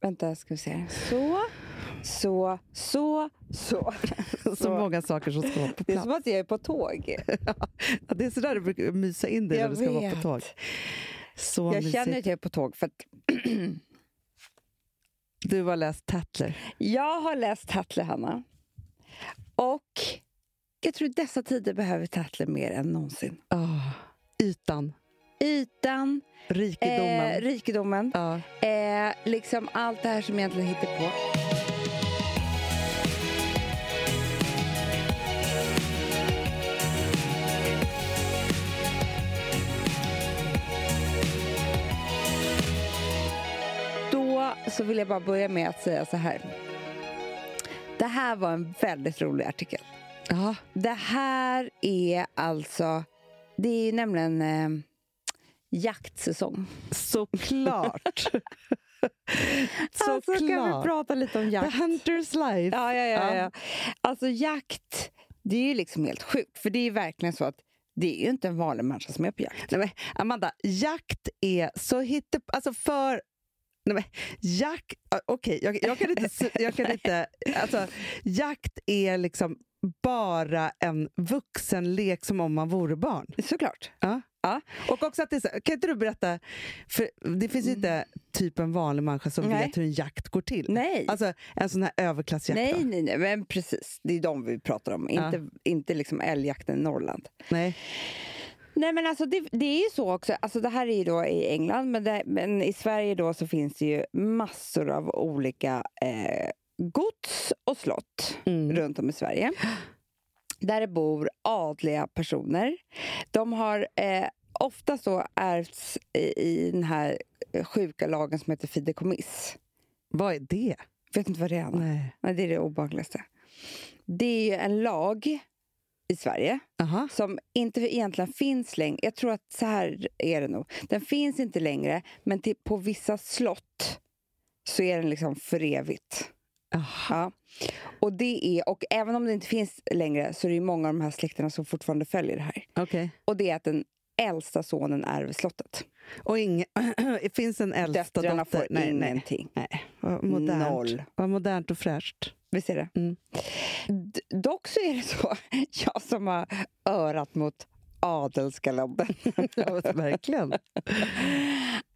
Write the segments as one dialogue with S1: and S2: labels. S1: Vänta, ska vi se. Så, så, så, så.
S2: Så, många saker som ska vara på
S1: Det är som
S2: plats.
S1: att jag är på tåg.
S2: Ja, det är sådär du brukar mysa in dig när
S1: Jag
S2: du ska vara på
S1: vet.
S2: tåg. Så
S1: Jag
S2: mysigt.
S1: känner att jag är på tåg för att
S2: Du har läst Tatler.
S1: jag har läst Tatler, Hanna. Och jag tror dessa tider behöver Tatler mer än någonsin.
S2: Ah, ytan,
S1: Ytan,
S2: rikedomen.
S1: eh, rikedomen,
S2: Ja.
S1: eh, liksom allt det här som egentligen hittar på. Då så vill jag bara börja med att säga så här. Det här var en väldigt rolig artikel.
S2: Ja.
S1: Det här är alltså... Det är ju nämligen eh, jaktsäsong.
S2: Såklart.
S1: Alltså, kan vi
S2: Såklart.
S1: prata lite om
S2: The
S1: jakt?
S2: Hunter's Life.
S1: Ja, ja, ja,
S2: Ja.
S1: ja. Alltså jakt, det är ju liksom helt sjukt. För det är ju verkligen så att det är ju inte en vanlig människa som är på jakt.
S2: Nej, men Amanda, jakt är så hitte... Alltså för... Nej, men, jakt... ah, Okej, jag, jag kan inte... s- Jag kan inte alltså, jakt är liksom bara en vuxenlek som om man vore barn.
S1: Såklart.
S2: Ja.
S1: Ja.
S2: Och också att det är så, kan inte du berätta, för det finns ju inte typ en vanlig människa som
S1: Nej.
S2: vet hur en jakt går till.
S1: Nej.
S2: Alltså en sån här överklassjakt. då.
S1: Nej, nej, nej, men precis. Det är de vi pratar om,
S2: Ja.
S1: inte, inte liksom älgjakten i Norrland.
S2: Nej.
S1: Nej, men alltså det, det är ju så också. Alltså det här är ju då i England, men, det, men i Sverige då så finns det ju massor av olika eh, gods och slott runt om i Sverige. Där det bor adliga personer. De har eh, oftast då ärvts i, i den här eh, sjuka lagen som heter fideikommiss.
S2: Vad är det?
S1: Vet inte vad det är, Anna?
S2: Nej.
S1: Nej, det är det obehagligaste. Det är ju en lag i Sverige
S2: Aha.
S1: som inte egentligen finns längre. Jag tror att så här är det nog. Den finns inte längre, men till, på vissa slott så är den liksom för evigt.
S2: Aha.
S1: Ja. Och, det är, och även om det inte finns längre så är det ju många av de här släkterna som fortfarande följer det här.
S2: Okej.
S1: Och det är att den äldsta sonen ärver slottet.
S2: Och inge, finns en äldsta
S1: Döttrarna
S2: dotter?
S1: får ingenting.
S2: nej. Vad modernt.
S1: Noll.
S2: Vad modernt och fräscht.
S1: Visst är det?
S2: Mm.
S1: D- dock så är det så, jag som har örat mot adelsgaloppen,
S2: Ja, verkligen.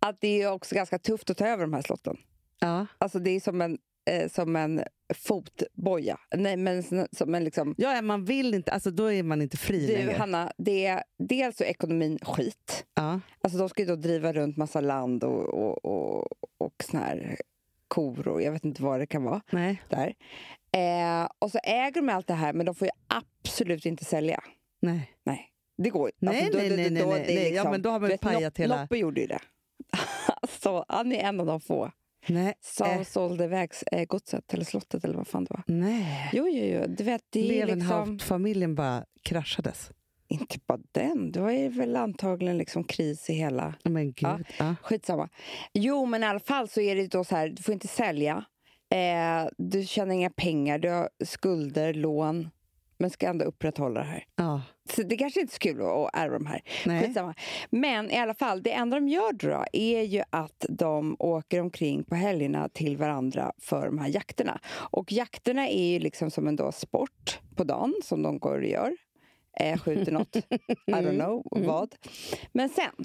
S1: att det är också ganska tufft att ta över de här slotten.
S2: Ja.
S1: Alltså det är som en, eh, som en fotboja. Nej, men sn- som en liksom...
S2: ja, ja, man vill inte. Alltså, då är man inte fri
S1: Du,
S2: längre.
S1: Hanna, det är, dels så är ekonomin skit.
S2: Ja.
S1: Alltså de ska ju då driva runt massa land och, och, och, och såna här kor och jag vet inte vad det kan vara
S2: Nej.
S1: där. Eh, och så äger de allt det här, men de får ju absolut inte sälja.
S2: Nej.
S1: Nej, det går ju
S2: Nej,
S1: Alltså, då-
S2: nej,
S1: då-
S2: nej,
S1: då-
S2: nej,
S1: det är liksom-
S2: nej. Ja, men då har man
S1: du vet,
S2: pajat
S1: Lop-
S2: hela-
S1: Loppe gjorde ju det. alltså, han är en av de få
S2: Nej.
S1: som
S2: Eh.
S1: sålde vägs, eh, godset eller slottet eller vad fan det var.
S2: nej.
S1: Jo, jo, jo. Du vet, det är liksom...
S2: Levenhaupt-familjen bara kraschades.
S1: Inte bara den. Det var ju väl antagligen liksom kris i hela...
S2: Ja, Men gud.
S1: Ja.
S2: Ja.
S1: Skitsamma. Jo, men i alla fall så är det då så här, du får inte sälja. Eh, du tjänar inga pengar, du har skulder, lån. Men ska ändå upprätthålla det här.
S2: Ja.
S1: Så det kanske inte är så kul att, att ärva de här.
S2: Nej.
S1: Skitsamma. Men i alla fall, det enda de gör då är ju att de åker omkring på helgerna till varandra för de här jakterna. Och jakterna är ju liksom som en då sport på dagen som de går och gör. Eh, skjuter något, I don't know
S2: Mm.
S1: vad. Men sen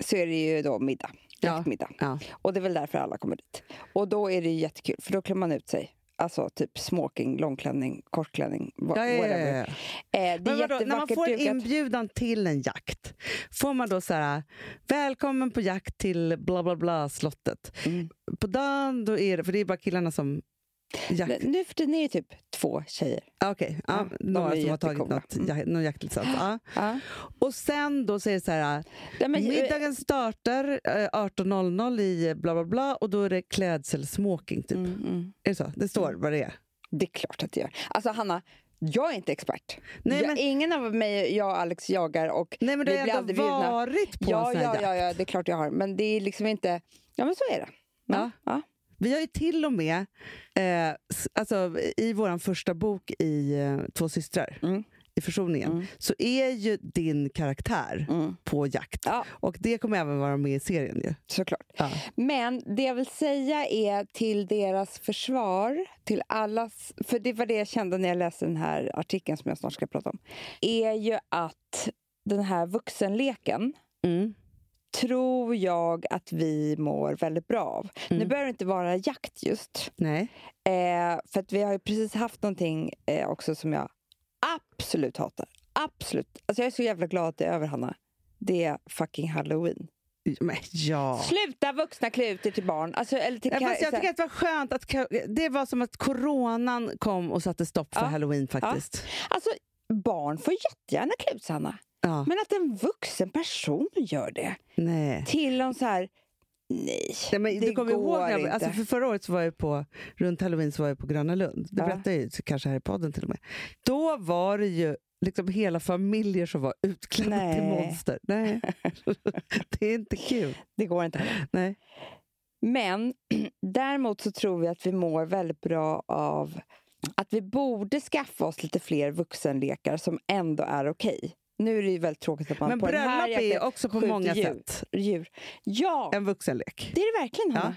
S1: så är det ju då middag,
S2: Ja.
S1: jaktmiddag.
S2: Ja.
S1: Och det är väl därför alla kommer dit. Och då är det ju jättekul, för då klär man ut sig. Alltså typ smoking, långklänning, kortklänning, wha-
S2: Ja, ja, ja,
S1: whatever.
S2: ja.
S1: Eh, det är
S2: Men vadå,
S1: jättevackert
S2: när man får en
S1: dukat.
S2: inbjudan till en jakt, får man då så här, välkommen på jakt till bla bla bla slottet.
S1: Mm.
S2: På dagen, då är det, för det är bara killarna som jakt...
S1: Men Nu för tiden är det typ två tjejer.
S2: Ah, Okej, ja,
S1: Ja, de
S2: några
S1: är
S2: som har tagit
S1: jättekola.
S2: något, ja, någon jaktlicens. Ja.
S1: Ja.
S2: Och sen då säger det så här,
S1: Nej, men, eh,
S2: middagen startar eh, 18.00 i bla bla bla och då är det klädselsmoking typ.
S1: Mm, mm.
S2: Är det så? Det står vad det är.
S1: Det är klart att det gör. Alltså Hanna, jag är inte expert.
S2: Nej,
S1: jag,
S2: men-
S1: ingen av mig, jag och Alex jagar och
S2: Nej men du
S1: vi
S2: har
S1: blir
S2: ändå
S1: aldrig bjudna.
S2: varit på en
S1: Ja,
S2: sån här
S1: ja,
S2: jakt.
S1: ja, ja, det är klart jag har. Men det är liksom inte... Ja, men så är det.
S2: Ja.
S1: ja.
S2: Vi har ju till och med, eh, s- alltså, i vår första bok i eh, Två systrar,
S1: Mm.
S2: i försoningen
S1: Mm.
S2: så är ju din karaktär
S1: Mm.
S2: på jakt.
S1: Ja.
S2: Och det kommer även vara med i serien. Ju.
S1: Såklart.
S2: Ja.
S1: Men det jag vill säga är till deras försvar, till allas... För det var det jag kände när jag läste den här artikeln som jag snart ska prata om. Är ju att den här vuxenleken
S2: Mm.
S1: tror jag att vi mår väldigt bra av. Nu
S2: Mm.
S1: behöver det inte vara jakt just.
S2: Nej.
S1: Eh, för att vi har ju precis haft någonting eh, också som jag absolut hatar. Absolut. Alltså jag är så jävla glad att det är över, Hanna. Det är fucking halloween.
S2: Men, ja.
S1: Sluta vuxna klä ut er till barn. Alltså, eller till
S2: Ja,
S1: ka-
S2: fast jag
S1: så här-
S2: tycker att det var skönt att det var som att coronan kom och satte stopp för
S1: Ja.
S2: halloween faktiskt.
S1: Alltså, barn får jättegärna klä ut sig, Hanna.
S2: Ja.
S1: Men att en vuxen person gör det
S2: Nej.
S1: till någon så här... Nej,
S2: Nej, men
S1: det
S2: du kommer ihåg
S1: går
S2: när, jag-
S1: inte.
S2: alltså för förra året så var jag på, runt halloween så var jag på Gröna Lund. Det
S1: Ja.
S2: berättade jag ju kanske här i podden till och med. Då var det ju liksom hela familjer som var utklädda till
S1: Nej.
S2: monster. Nej. det är inte kul.
S1: det går inte. Hanna.
S2: Nej.
S1: Men däremot så tror jag att vi mår väldigt bra av att vi borde skaffa oss lite fler vuxenlekar som ändå är okej. Nu är det ju väldigt tråkigt att man
S2: Men
S1: på den här
S2: bröllop är ju
S1: jakten
S2: också på
S1: skjuter
S2: många
S1: djur.
S2: sätt
S1: djur. Ja,
S2: en vuxenlek.
S1: det är det verkligen,
S2: Ja.
S1: Hanna.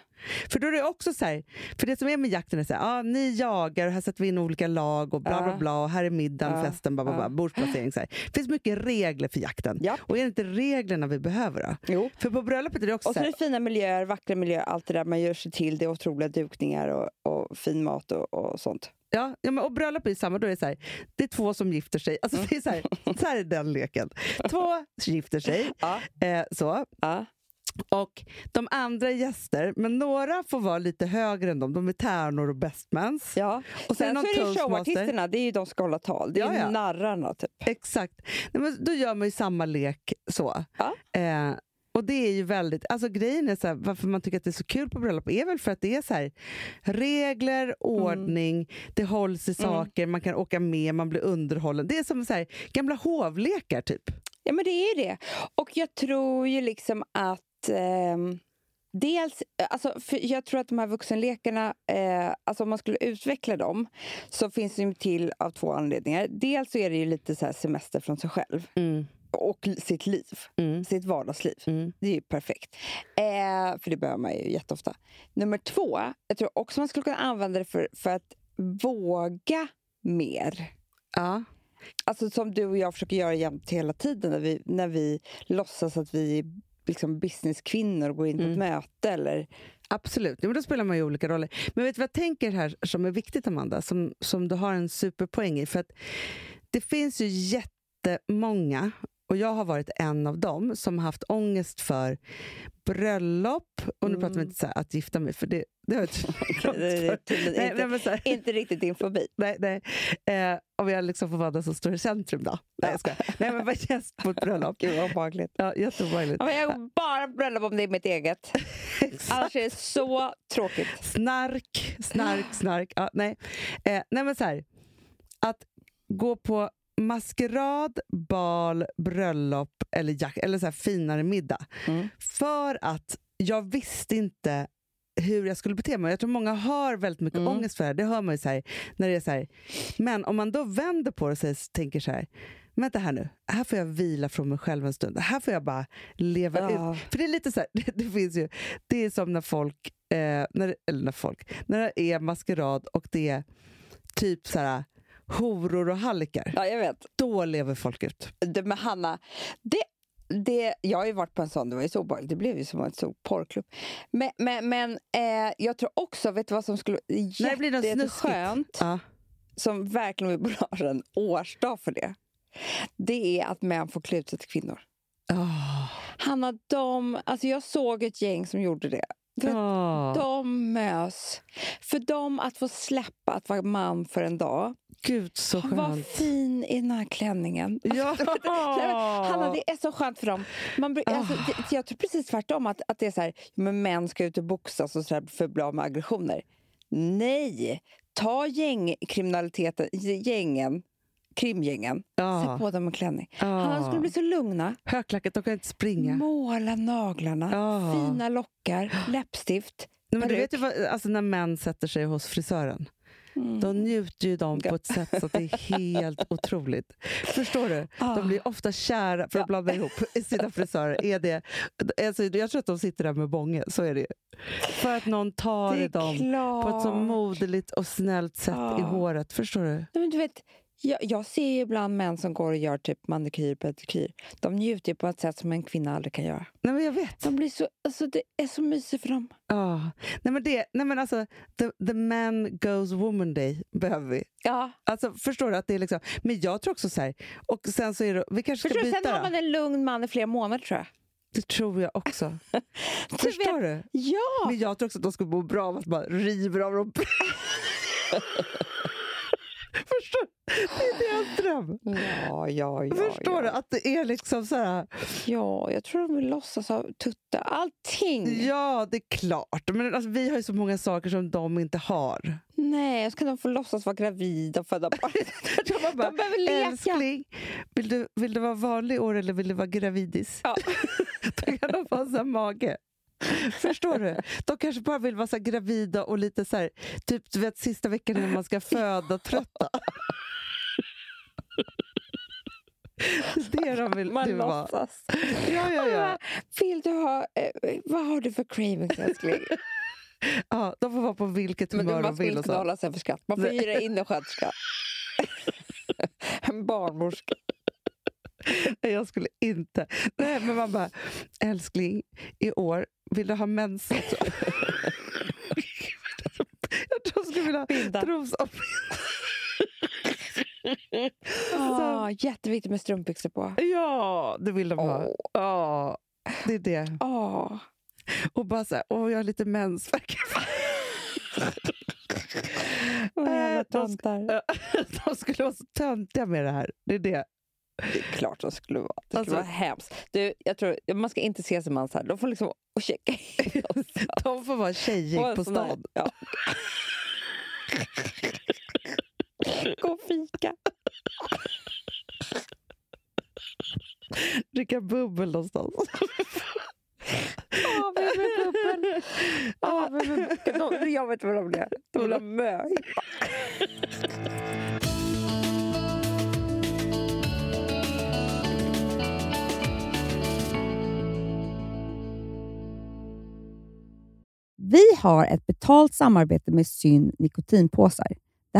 S2: För då är det också så här, för det som är med jakten är så här, ah, ni jagar och här sätter vi in olika lag och bla
S1: Ja.
S2: bla bla och här är middagen,
S1: Ja.
S2: festen, bla bla bla,
S1: Ja.
S2: bordsplacering. Så här. Det finns mycket regler för jakten.
S1: Ja.
S2: Och är det inte reglerna vi behöver då?
S1: Jo.
S2: För på bröllopet är det också
S1: Och så
S2: så
S1: är
S2: här,
S1: det fina miljöer, vackra miljöer, allt det där man gör sig till. Det är otroliga dukningar och, och fin mat och, och sånt.
S2: Ja, ja men, och bröllop är ju samma. Då är det, så här, det är två som gifter sig. Alltså, det är så, här,
S1: Mm.
S2: så här är den leken. Två gifter sig.
S1: Ja.
S2: Eh, så.
S1: Ja.
S2: Och De andra är gäster, men några får vara lite högre än dem. De är tärnor och bestmans.
S1: Ja.
S2: Och
S1: Sen
S2: någon
S1: så är det ju
S2: toastmaster.
S1: showartisterna, det är ju de som ska hålla tal. Det är
S2: Ja, ja.
S1: ju narrarna, typ.
S2: Exakt. Nej, men då gör man ju samma lek så.
S1: Ja.
S2: Eh, och det är ju väldigt, alltså grejen är så här, varför man tycker att det är så kul på bröllop är väl för att det är så här, regler, ordning, det hålls i saker, man kan åka med, man blir underhållen. Det är som så här, gamla hovlekar typ.
S1: Ja, men det är ju det. Och jag tror ju liksom att... ehm, dels, alltså, för jag tror att de här vuxenlekarna, eh, alltså om man skulle utveckla dem så finns de ju till av två anledningar. Dels så är det ju lite så här semester från sig själv och l- sitt liv, sitt vardagsliv. Det är ju perfekt. Eh, för det behöver man ju jätteofta. Nummer två, jag tror också man skulle kunna använda det för, för att våga mer.
S2: Ja.
S1: Alltså som du och jag försöker göra jämt hela tiden när vi, när vi låtsas att vi är liksom businesskvinnor och går in på ett
S2: Mm.
S1: möte. Eller,
S2: Absolut, ja, men då spelar man ju olika roller. Men vet du vad jag tänker här som är viktigt Amanda, som, som du har en superpoäng i? För att det finns ju jättemånga, och jag har varit en av dem, som har haft ångest för bröllop, och nu pratar vi
S1: Mm.
S2: inte så här, att gifta mig, för det, det har jag
S1: det är
S2: inte
S1: tydligen eh,
S2: Nej, nej,
S1: inte,
S2: men så här,
S1: inte riktigt din fobi.
S2: nej, nej. Eh, om jag liksom får vara den som står i centrum då. Nej, jag skojar. Nej, men vara gäst på ett bröllop.
S1: Gud vad obehagligt.
S2: Ja, jätteobehagligt.
S1: Ja, men Jag går bara på bröllop om det är mitt eget.
S2: Exakt.
S1: Annars är det så tråkigt.
S2: Snark, snark, snark. Ja, nej. Eh, nej, men så här. Att gå på maskerad, bal, bröllop eller, jack, eller så här finare middag.
S1: Mm.
S2: För att jag visste inte hur jag skulle bete mig. Jag tror många har väldigt mycket
S1: Mm.
S2: ångest för det här. Det hör man ju så här, när det är så här. Men om man då vänder på det och säger, tänker så här. Vänta här nu, här får jag vila från mig själv en stund. Här får jag bara leva ut
S1: Ja.
S2: för det är lite så här, det, det finns ju, det är som när folk, eh, när, det- eller när folk, när det är maskerad och det är typ så här horor och hallickar.
S1: ja, jag vet.
S2: Då lever folk ut.
S1: det med Hanna. Det, det, jag har ju varit på en sån, det var ju så obehagligt. Det blev ju som en stor porrklubb. Men, men, men eh, jag tror också, vet du vad som skulle...
S2: När det blir något
S1: jätteskönt,
S2: Ja.
S1: som verkligen vi borde ha en årsdag för det. Det är att män får klä ut sig till kvinnor.
S2: Ah.
S1: Hanna, de, alltså jag såg ett gäng som gjorde det. För att
S2: Ah.
S1: De mös. För dem att få släppa att vara man för en dag.
S2: Gud så
S1: Var
S2: skönt.
S1: fin i den här klänningen.
S2: Ja.
S1: Nej, men, Hanna, det är så skönt för dem. Man, bru-
S2: Ah.
S1: alltså, det, jag tror precis tvärtom, att, att det är så här, men män ska ut och boxas och så här för att bli av med aggressioner. Nej! Ta gängkriminaliteten, gängen, krimgängen,
S2: Ja.
S1: sätt på dem en klänning. Hanna, de
S2: Ah.
S1: skulle bli så lugna.
S2: Högklackat, de kan inte springa.
S1: Måla naglarna,
S2: Ja.
S1: fina lockar, läppstift.
S2: Nej, men du
S1: peruk.
S2: vet ju vad, alltså när män sätter sig hos frisören.
S1: Mm.
S2: Då njuter ju de på ett sätt så att det är helt otroligt. Förstår du?
S1: Ah.
S2: De blir ofta kära, för att
S1: Ja.
S2: blanda ihop, i sina frisörer. Är det, alltså, jag tror att de sitter där med bånge, så är det ju. För att någon tar i dem
S1: klart.
S2: på ett så moderligt och snällt sätt i
S1: Ja.
S2: håret. Förstår du?
S1: Nej, men du vet, jag, jag ser ju ibland män som går och gör typ manikyr pedikyr. De njuter ju på ett sätt som en kvinna aldrig kan göra.
S2: Nej, men jag vet.
S1: De blir så, alltså, det är så mysigt för dem.
S2: Ja. Nej, men det, nej, men alltså, the, the man goes woman day behöver vi.
S1: Ja,
S2: Alltså, förstår du? att det är liksom, Men jag tror också så här... Och sen så är det, vi kanske ska
S1: förstår du? Sen
S2: byta
S1: har
S2: då?
S1: man en lugn man i flera månader tror jag.
S2: Det tror jag också. förstår du?
S1: Ja!
S2: Men jag tror också att de skulle må bra av att man river av dem. förstår du? Det är deras dröm.
S1: Ja, ja, ja.
S2: förstår
S1: ja.
S2: du? Att det är liksom så här...
S1: Ja, jag tror de vill låtsas ha tuttar. Allting!
S2: Ja, det är klart. Men alltså, vi har ju så många saker som de inte har.
S1: Nej, och så kan de få låtsas vara gravida och föda barn.
S2: Jag bara,
S1: de behöver leka.
S2: Älskling, vill du, vill du vara vanlig i år eller vill du vara gravidis?
S1: Ja.
S2: Då kan de få en sån här mage. Förstår du? De kanske bara vill vara så här gravida och lite så här, typ du vet sista veckan när man ska föda trötta. Det är det de vill,
S1: Man
S2: du vara.
S1: låtsas.
S2: Ja, ja, ja.
S1: Vill du ha... Eh, vad har du för cravings, älskling?
S2: ja. De får vara på vilket
S1: Men du,
S2: humör de
S1: man ska
S2: vill.
S1: inte
S2: Och
S1: kunna
S2: så.
S1: hålla sig för skatt. Man får hyra in en sköterska. en barnmorska.
S2: Nej, Jag skulle inte. Nej, men man bara, älskling, i år, vill du ha mens också? Jag tror jag skulle vilja
S1: Binda.
S2: ha tros och
S1: Ah, jätteviktigt med strumpbyxor på.
S2: Ja, det vill de ha.
S1: Åh.
S2: Ja, det är det.
S1: Ah.
S2: Och bara så här, åh, jag har lite mensvärk.
S1: Åh, jävla
S2: Äh, de sk-
S1: tantar.
S2: De skulle vara så töntiga med det här. Det är det.
S1: Det är klart de skulle vara. Det skulle
S2: Alltså-
S1: vara hemskt. Du, jag tror, man ska inte se som man så här. De får liksom och checka in oss.
S2: De får vara tjejig
S1: Och en
S2: på
S1: sån här-
S2: stan.
S1: Ja. Gå och fika.
S2: Dricka bubbel någonstans.
S1: Av med bubbel. Av med bubbel. De- Jag vet vad de vill göra. De vill ha
S3: Mm.
S1: möhippa.
S3: Vi har ett betalt samarbete med Syn nikotinpåsar. Det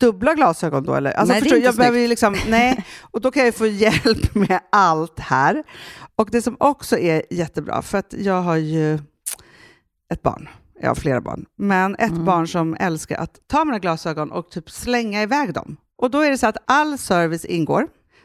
S2: dubbla glasögon då? Eller? Alltså,
S3: Nej, det är
S2: förstår, du,
S3: inte
S2: jag behöver ju liksom, nej. Och då kan jag få hjälp med allt här. Och det som också är jättebra, för att jag har ju ett barn. Jag har flera barn. Men ett
S3: Mm.
S2: barn som älskar att ta mina glasögon och typ slänga iväg dem. Och då är det så att all service ingår.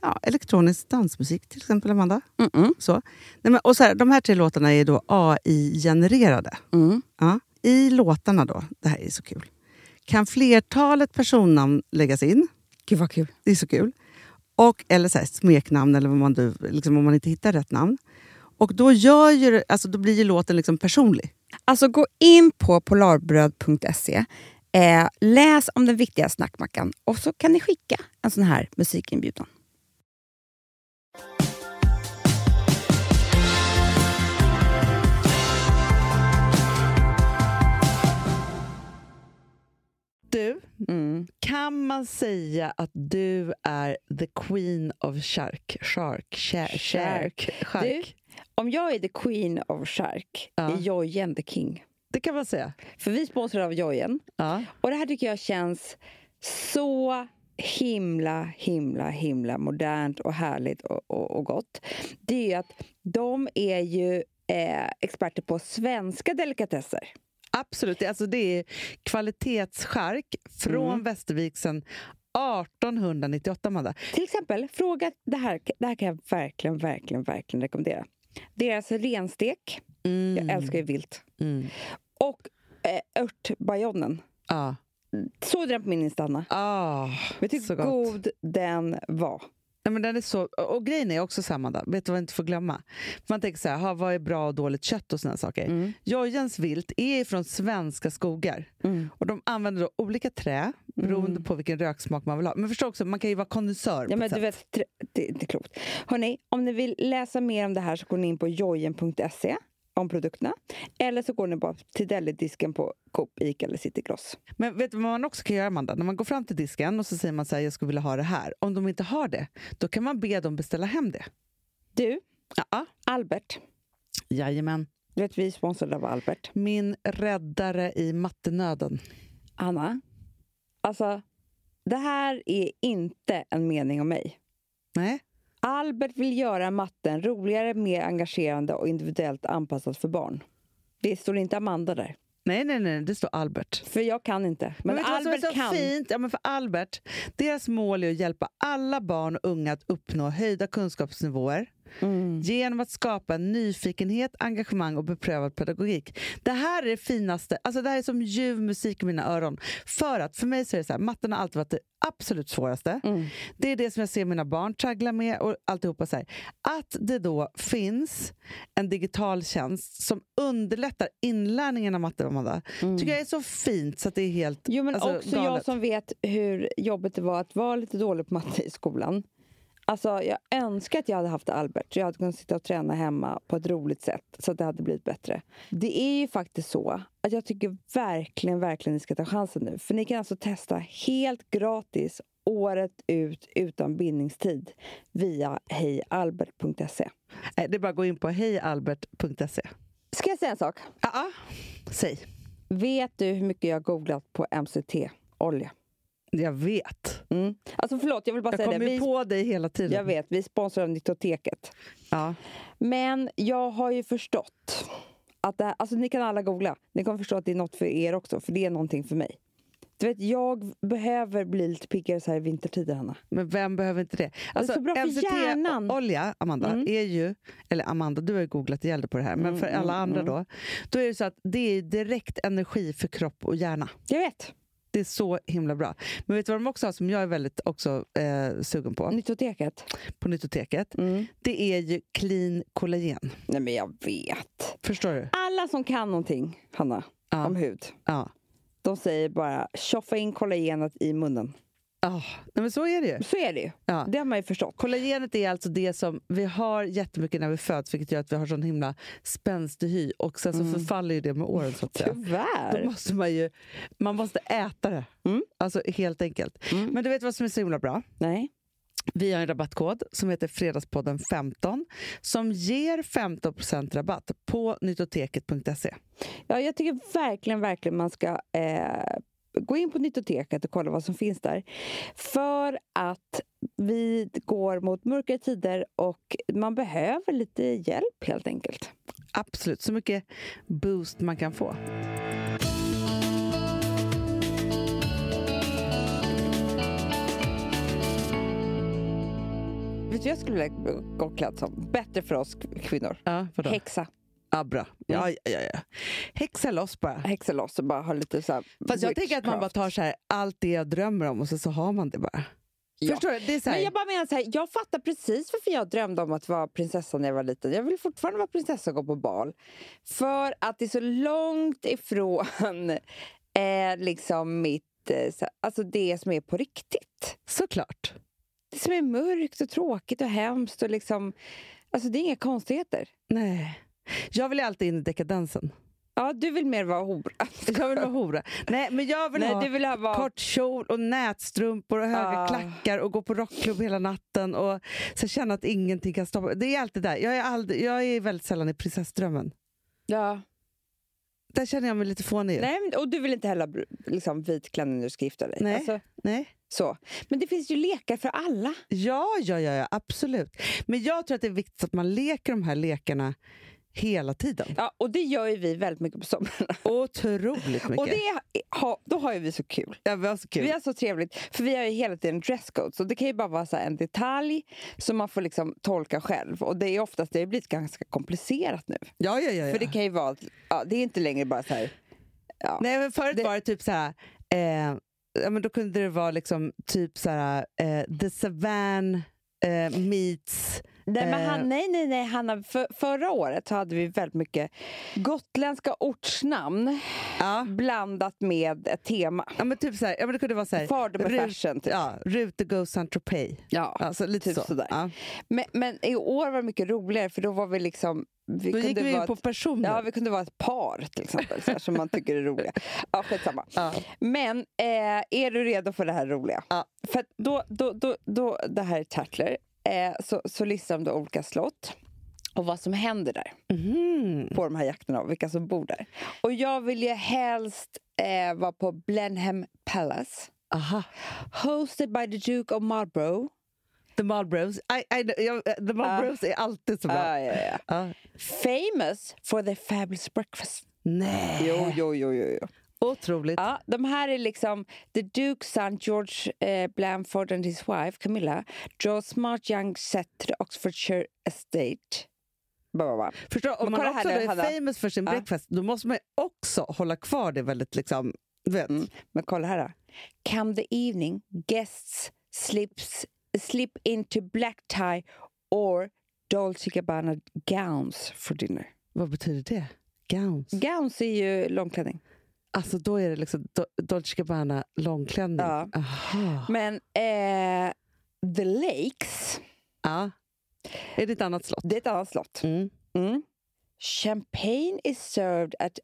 S2: ja, elektronisk dansmusik till exempel, Amanda.
S1: Mm-mm.
S2: Så. Nej, men, och så här, de här tre låtarna är då AI-genererade.
S1: Mm.
S2: Ja. I låtarna då, det här är så kul, kan flertalet personnamn läggas in.
S1: Gud vad kul.
S2: Det är så kul. Och, eller så här, smeknamn, eller vad man, du- liksom, om man inte hittar rätt namn. Och då, gör ju, det- alltså, då blir ju låten liksom personlig.
S1: Alltså gå in på polarbröd.se, eh, läs om den viktiga snackmackan och så kan ni skicka en sån här musikinbjudan.
S2: Du,
S1: Mm.
S2: kan man säga att du är the queen of shark? Shark? Shark?
S1: shark, shark. Om jag är the queen of shark,
S2: Ja.
S1: är Jojen the king.
S2: Det kan man säga.
S1: För vi sponsrar av Jojen.
S2: Ja.
S1: Och det här tycker jag känns så himla, himla, himla modernt och härligt och, och, och gott. Det är ju att de är ju eh, experter på svenska delikatesser.
S2: Absolut. Det är- Alltså det är kvalitetsskark från
S1: Mm.
S2: Västervik sedan 1898, Amanda.
S1: Till exempel, fråga, det här, det här kan jag verkligen, verkligen, verkligen rekommendera. Deras renstek, jag älskar ju vilt.
S2: Mm.
S1: Och eh, örtbajonen.
S2: Ja.
S1: Såg du den på min Insta, Anna?
S2: Ah.
S1: Vet du
S2: Så
S1: hur
S2: gott.
S1: god den var?
S2: Nej, men den är så, och och grejen är också samma, där. vet du vad jag inte får glömma? Man tänker så här, ha, vad är bra och dåligt kött och såna saker.
S1: Mm.
S2: Jojens vilt är från svenska skogar och de använder då olika trä beroende på vilken röksmak man vill ha. Men förstå också, man kan ju vara kondensör.
S1: Mm. Ja,
S2: på
S1: men
S2: ett
S1: du
S2: sätt.
S1: vet, tre- det är inte klokt. Hörrni, om ni vill läsa mer om det här så går ni in på jojen.se om produkterna. Eller så går ni bara till deli-disken på Coop, Ica eller City Gross.
S2: Men vet du vad man också kan göra, Amanda? När man går fram till disken och så säger man så här, jag skulle vilja ha det här. Om de inte har det, då kan man be dem beställa hem det.
S1: Du,
S2: Ja.
S1: Albert.
S2: Jajamän.
S1: Du vet, vi är sponsrade av Albert.
S2: Min räddare i mattenöden.
S1: Anna, alltså det här är inte en mening om mig.
S2: Nej,
S1: Albert vill göra matten roligare, mer engagerande och individuellt anpassad för barn. Det står inte Amanda där,
S2: nej, nej, nej det står Albert.
S1: för jag kan inte. Men,
S2: vet du vad som är
S1: Albert
S2: så
S1: kan.
S2: Fint? Ja, men för Albert, deras mål är att hjälpa alla barn och unga att uppnå höjda kunskapsnivåer
S1: Mm.
S2: genom att skapa en nyfikenhet, engagemang och beprövad pedagogik. Det här är det finaste. Alltså det här är som ljuv musik i mina öron. För att för mig så är det så här, matten har alltid varit det absolut svåraste.
S1: Mm.
S2: Det är det som jag ser mina barn traggla med och alltihopa. Så här. Att det då finns en digital tjänst som underlättar inlärningen av matte, Amanda,
S1: Mm.
S2: tycker jag är så fint så att det är helt
S1: Jo, men
S2: Alltså,
S1: också jag
S2: galet.
S1: som vet hur jobbigt det var att vara lite dålig på matte i skolan. Alltså, jag önskar att jag hade haft Albert, så jag hade kunnat sitta och träna hemma på ett roligt sätt, så att det hade blivit bättre. Det är ju faktiskt så att jag tycker verkligen, verkligen ni ska ta chansen nu. För ni kan alltså testa helt gratis, året ut, utan bindningstid, via hejalbert.se.
S2: Nej, Det är bara att gå in på hejalbert.se.
S1: Ska jag säga en sak?
S2: Ja, ah, säg.
S1: Vet du hur mycket jag har googlat på MCT-olja?
S2: Jag vet.
S1: Mm. Alltså förlåt, jag vill bara
S2: Jag
S1: säga det.
S2: kommer ju
S1: Vi,
S2: på dig hela tiden.
S1: jag vet, vi sponsrar av Nyttoteket.
S2: Ja.
S1: Men jag har ju förstått att det här, alltså ni kan alla googla. Ni kommer förstå att det är något för er också, för det är någonting för mig. Du vet, jag behöver bli lite piggare så här i vintertider, Hanna.
S2: Men vem behöver inte det? Alltså,
S1: så bra för hjärnan.
S2: olja Amanda,
S1: Mm.
S2: är ju... Eller Amanda, du har ju googlat ihjäl på det här. Men
S1: Mm,
S2: för alla
S1: mm,
S2: andra
S1: mm.
S2: då. Då är det så att det är direkt energi för kropp och hjärna.
S1: Jag vet!
S2: Det är så himla bra. Men vet du vad de också har som jag är väldigt också, eh, sugen
S1: Mm.
S2: på?
S1: Nyttoteket.
S2: På Nytoteket.
S1: Mm.
S2: Det är ju clean kollagen.
S1: Nej, men jag vet.
S2: Förstår du?
S1: Alla som kan någonting, Hanna,
S2: Ja.
S1: om hud,
S2: Ja.
S1: de säger bara tjoffa in kollagenet i munnen.
S2: Ah, nej men så är det ju.
S1: Så är det ju.
S2: Ja.
S1: Det har man ju förstått.
S2: Kollagenet är alltså det som vi har jättemycket när vi föds vilket gör att vi har sån himla spänstig hy och sen så förfaller ju det med åren. så att säga. Då
S1: Tyvärr.
S2: måste man ju man måste äta det.
S1: Mm.
S2: Alltså helt enkelt.
S1: Mm.
S2: Men du vet vad som är så himla bra?
S1: Nej.
S2: Vi har en rabattkod som heter Fredagspodden 15 som ger 15 rabatt på nytoteket.se.
S1: Ja, jag tycker verkligen, verkligen man ska eh, gå in på Nyttoteket och kolla vad som finns där. För att vi går mot mörkare tider och man behöver lite hjälp helt enkelt.
S2: Absolut, så mycket boost man kan få.
S1: Vet du, jag skulle vilja gå klädd som bättre för oss kvinnor.
S2: Ja, vadå?
S1: Häxa,
S2: ja bra. Ja, ja, ja, ja. Mm. Häxa loss bara.
S1: häxa loss och bara ha lite så här
S2: Fast jag tänker att man bara
S1: witchcraft.
S2: tar så här, allt det jag drömmer om och så, så har man det bara.
S1: Ja.
S2: Förstår du? Det är så här,
S1: Men jag bara menar så här, jag fattar precis varför jag drömde om att vara prinsessa när jag var liten. Jag vill fortfarande vara prinsessa och gå på bal. För att det är så långt ifrån eh, liksom mitt, eh, så- alltså det som är på riktigt.
S2: Såklart.
S1: Det som är mörkt och tråkigt och hemskt och liksom, alltså det är inga konstigheter.
S2: Nej. Jag vill ju alltid in i dekadensen.
S1: Ja, du vill mer vara hora.
S2: Jag vill vara hora. Nej, men jag vill
S1: Nej,
S2: ha
S1: du vill ha vara...
S2: kort kjol och nätstrumpor och höga
S1: Ah.
S2: klackar och gå på rockklubb hela natten och så känna att ingenting kan stoppa Det är alltid där. Jag är, aldrig, jag är väldigt sällan i prinsessdrömmen.
S1: Ja.
S2: Där känner jag mig lite fånig. Nej.
S1: Nej, men, och du vill inte heller ha br- liksom, vit klänning när du ska gifta dig.
S2: Nej.
S1: Alltså,
S2: Nej.
S1: så. Men det finns ju lekar för alla.
S2: Ja, ja, ja, ja, absolut. Men jag tror att det är viktigt att man leker de här lekarna hela tiden.
S1: Ja, och det gör ju vi väldigt mycket på sommaren.
S2: Otroligt mycket.
S1: Och det är, ha, då har ju vi så alltså, kul.
S2: Ja, vad så kul.
S1: Vi har så trevligt, för vi har ju hela tiden dresscode. Så det kan ju bara vara så här en detalj som man får liksom tolka själv. Och det är oftast, det har ju blivit ganska komplicerat nu.
S2: Ja, ja, ja. ja.
S1: För det kan ju vara, att- ja, det är inte längre bara så här, ja.
S2: Nej, men förut
S1: Det-
S2: var det typ så här... Eh, ja, men då kunde det vara liksom typ så här... Eh, the Savan eh, meets...
S1: Nej, men
S2: Eh.
S1: han, nej, nej, nej Hanna, för, förra året hade vi väldigt mycket gotländska ortsnamn
S2: Ja,
S1: blandat med ett tema.
S2: ja men typ så här... Ja, men det kunde vara så här...
S1: Farder med
S2: Rut-
S1: fashion, typ.
S2: Ja, Rute goes Saint Tropez.
S1: Ja.
S2: Alltså lite
S1: Typ
S2: så.
S1: sådär.
S2: Ja.
S1: Men, men i år var det mycket roligare, för då var vi liksom... Vi
S2: Då gick
S1: kunde
S2: vi in
S1: vara
S2: på personer.
S1: Ja, vi kunde vara ett par till exempel, så här, som man tycker är roliga. Ja, skitsamma.
S2: Ja.
S1: Men eh, är du redo för det här roliga?
S2: Ja.
S1: För att då, då, då, då, det här är Tatler, eh, så, så listar de då olika slott och vad som händer där
S2: Mhm.
S1: på de här jakterna och vilka som bor där. Och jag vill ju helst eh, vara på Blenheim Palace,
S2: Aha.
S1: hosted by the Duke of Marlborough.
S2: The Marlboros. I, I, jag, the Marlboros är alltid så bra.
S1: Ah, Ja, ja, ja.
S2: Ja.
S1: Famous for their fabulous breakfast.
S2: Nej!
S1: Jo, jo, jo, jo. jo.
S2: Otroligt.
S1: Ja, de här är liksom The Duke's son George eh, Blanford and his wife Camilla draw smart young set to the Oxfordshire estate. Ba, ba, ba.
S2: Förstår, du? om
S1: Men
S2: man
S1: kolla här
S2: också
S1: nu,
S2: då är
S1: Hanna.
S2: famous för sin
S1: Ja.
S2: breakfast, då måste man ju också hålla kvar det väldigt liksom... Du vet.
S1: Mm. Men kolla här då. Come the evening, guests slips, slip into black tie or Dolce Gabbana gowns for dinner.
S2: Vad betyder det? Gowns?
S1: Gowns är ju långklänning.
S2: Alltså då är det liksom Do- Dolce Gabbana långklänning.
S1: Ja.
S2: Aha.
S1: Men eh, the lakes
S2: Ja. Är det ett annat slott?
S1: Det är ett annat slott.
S2: Mm.
S1: Mm. Champagne is served at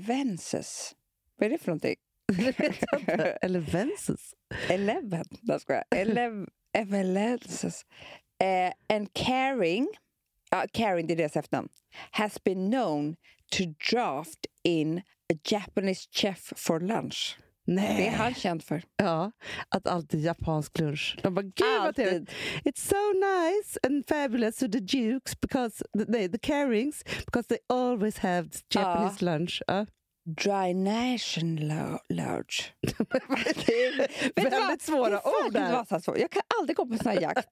S1: elevenses. Vad är det för någonting?
S2: Eller Vences?
S1: Eleven? Nej, jag skojar. Elev- Evelenses. Eh, and Caring, ja, Caring det är deras efternamn, has been known to draft in a Japanese chef for lunch. Det är
S2: Nej.
S1: han känd för.
S2: Ja, att alltid japansk lunch. De bara, gud vad trevligt. It's so nice and fabulous to the Dukes, because, nej, the Carings, because they always have Japanese lunch. Ja.
S1: Dry Nation Lo- Lodge. Det är- vet du vad?
S2: Väldigt svåra
S1: Det är säkert
S2: ord där.
S1: var så här svårt. Jag kan aldrig gå på sån här jakt.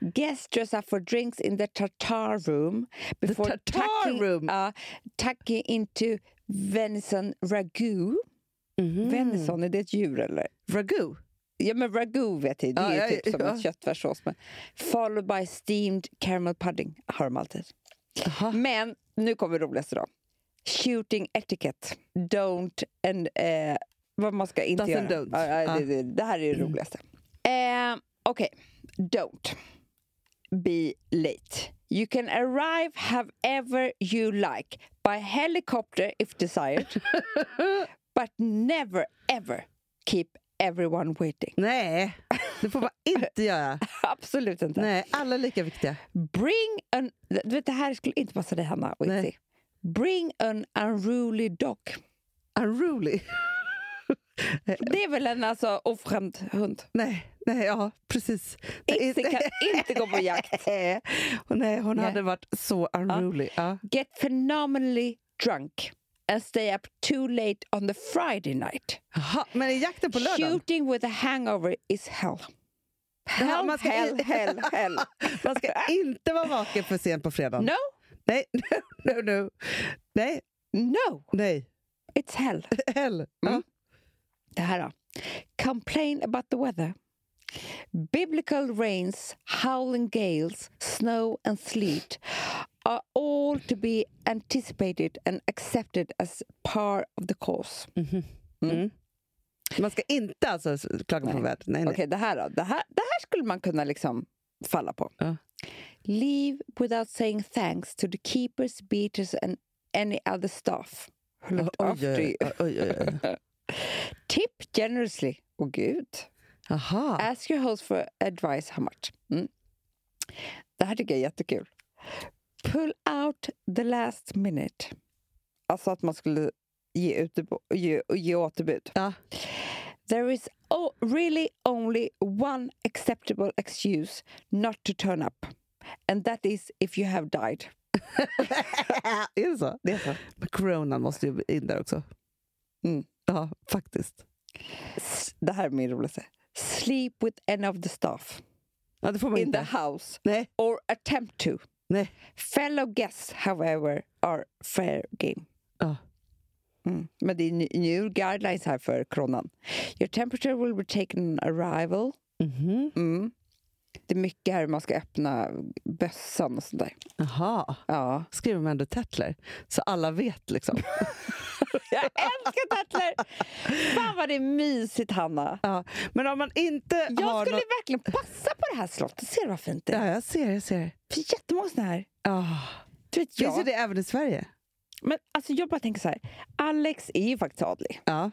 S1: Guests dress up for drinks in the tartar room before
S2: tartar
S1: tucking,
S2: room.
S1: ja, tucking into venison ragu.
S2: Mhm.
S1: Venison, är det ett djur eller?
S2: Ragu.
S1: Ja, men ragu vet jag, det
S2: Ja,
S1: är
S2: ja,
S1: ju typ som
S2: ja.
S1: en köttfärssås. Men followed by steamed caramel pudding har de alltid. Men nu kommer det roligaste då. Shooting etiquette. Don't and... Eh, vad man ska inte
S2: Does
S1: göra.
S2: and don't.
S1: Ja, ja,
S2: Ja.
S1: det, det, det här är det roligaste. Eh, Okej. Don't be late. You can arrive however you like. By helicopter if desired. but never ever keep everyone waiting.
S2: Nej, det får man inte göra.
S1: Absolut inte.
S2: Nej, alla är lika viktiga.
S1: Bring an... Du vet, det här skulle inte passa dig, Hanna. Och
S2: Nej.
S1: Itzi. Bring an unruly dog.
S2: Unruly.
S1: Det är väl en alltså, ofrämd hund?
S2: Nej, nej, ja, precis. Det är-
S1: Itzi kan inte gå på jakt.
S2: Nej, och nej, hon
S1: Nej.
S2: hade varit så unruly. Ja.
S1: Get phenomenally drunk and stay up too late on the Friday night.
S2: Jaha, men är jakten på lördagen?
S1: Shooting with a hangover is hell.
S2: Jaha,
S1: Hell,
S2: man ska-
S1: hell, hell, hell.
S2: Man ska inte vara vaken för sent på fredagen.
S1: No,
S2: Nej, no, no, no. Nej,
S1: no,
S2: nej.
S1: it's hell.
S2: Hell.
S1: Mm.
S2: Ja.
S1: Det här då. Complain about the weather. Biblical rains, howling gales, snow and sleet are all to be anticipated and accepted as part of the course.
S2: Man ska inte alltså s- klaga på
S1: Nej.
S2: vädret. Nej, nej.
S1: Okej, det här då. Det här, det här skulle man kunna liksom falla på.
S2: Ja.
S1: Leave without saying thanks to the keepers, beaters and any other staff. who
S2: Oj,
S1: looked
S2: oj,
S1: after
S2: oj,
S1: you.
S2: oj, oj, oj.
S1: Tip generously. Åh gud.
S2: Aha.
S1: Ask your host for advice how much. Mm. Det här tycker jag är jättekul. Pull out the last minute. Alltså att man skulle ge, utebo- ge, ge återbud.
S2: Ja.
S1: There is o- really only one acceptable excuse not to turn up. And that is if you have died.
S2: är det så?
S1: Det är så.
S2: Men coronan måste ju in där också.
S1: Mm.
S2: Ja, faktiskt.
S1: S- Det här är min roligaste. Sleep with any of the staff
S2: Ja, det får man
S1: in the
S2: inte.
S1: house
S2: Nej,
S1: or attempt to.
S2: nej.
S1: Fellow guests, however, are fair game.
S2: Ja.
S1: Mm. Men det är ny- new guidelines här för kronan. Your temperature will be taken on arrival.
S2: Mhm.
S1: Mm. Det är mycket här hur man ska öppna bössan och sånt där.
S2: Aha.
S1: Ja.
S2: Skriver man ändå Tatler? Så alla vet liksom.
S1: Jag älskar Tatler! Fan vad det är mysigt, Hanna.
S2: Ja. Men om man inte
S1: Jag
S2: har
S1: skulle
S2: någon...
S1: verkligen passa på det här slottet. Ser du vad fint det är?
S2: Ja, jag ser, jag ser.
S1: Det är jättemånga såna här.
S2: Ja.
S1: Du vet,
S2: Finns ju
S1: jag.
S2: det även i Sverige?
S1: Men alltså, jag bara tänker så här. Alex är ju faktiskt adlig.
S2: Ja.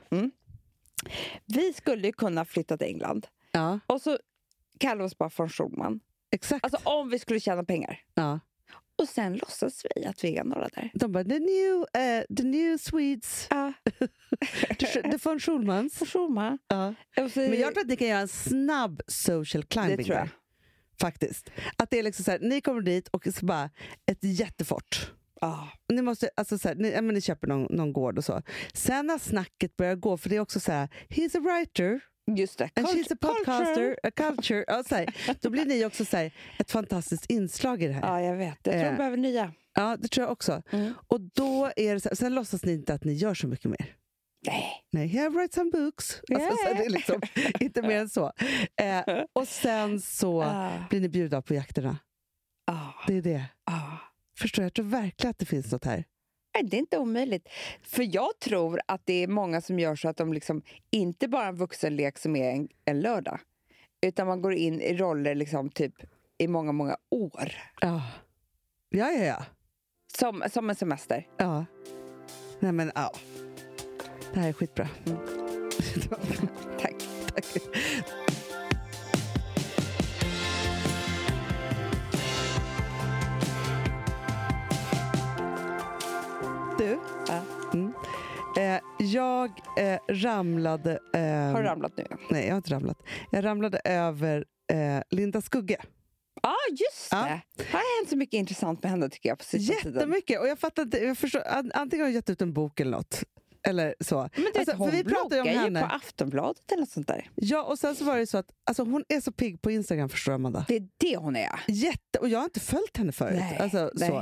S1: Vi skulle ju kunna flytta till England.
S2: Ja,
S1: Och så kallar vi oss bara för Schulman.
S2: exakt.
S1: Alltså om vi skulle tjäna pengar.
S2: ja.
S1: Och sen låtsas vi att vi är några där.
S2: De bara, the new, eh, the new Swedes,
S1: Ja,
S2: the von Schulmans.
S1: för Schulman.
S2: Ja.
S1: Och så,
S2: Men jag tror att ni kan göra en snabb social climbing
S1: Det tror jag.
S2: där. Faktiskt. Att det är liksom så här, ni kommer dit och så bara ett jättefort.
S1: Ja.
S2: Ni, måste, alltså så här, ni, ja, men ni köper någon, någon gård och så. Sen när snacket börjar gå, för det är också så här, he's a writer
S1: just det.
S2: and
S1: Cult-
S2: she's a podcaster,
S1: culture.
S2: a culture. Ja, så här, då blir ni också så här, ett fantastiskt inslag i det här.
S1: Ja, jag vet. Jag tror
S2: Eh.
S1: jag behöver nya.
S2: Ja, det tror jag också.
S1: Mm.
S2: Och då är det så här, sen låtsas ni inte att ni gör så mycket mer.
S1: Nej.
S2: Nej, here I write some books. Alltså, så det är liksom inte mer än så. Eh, och sen så
S1: Ja.
S2: blir ni bjudna på jakterna.
S1: Ja.
S2: Det är det.
S1: Ja.
S2: Förstår jag? Jag tror verkligen att det finns något här.
S1: ah. Nej, Det är inte omöjligt. För jag tror att det är många som gör så att de liksom inte bara en vuxenlek som är en, en lördag. Utan man går in i roller liksom typ i många, många år.
S2: Ja, ja, ja. ja.
S1: Som, som en semester.
S2: ja. Nej, men ja. Det här är skitbra. Mm.
S1: Tack.
S2: Tack. Du,
S1: Ja.
S2: mm. eh, jag eh, ramlade... ehm,
S1: Har du ramlat nu? Ja,
S2: Nej, jag har inte ramlat. Jag ramlade över eh, Linda Skugge.
S1: ah, just
S2: Ja.
S1: det. Det har hänt så mycket intressant med henne tycker jag på sista tiden.
S2: Jättemycket! Och jag fattar inte, jag förstår, an- antingen har jag gett ut en bok eller något. Eller så.
S1: Men du
S2: Alltså,
S1: vet,
S2: för
S1: hon
S2: vi pratade
S1: bloggar
S2: ju om
S1: ju
S2: henne.
S1: på Aftonbladet eller något sånt där.
S2: Ja, och sen så var det så att alltså, hon är så pigg på Instagram förstår du Amanda.
S1: Det är det hon är.
S2: Jätte, och jag har inte följt henne förut.
S1: Nej,
S2: alltså, Så.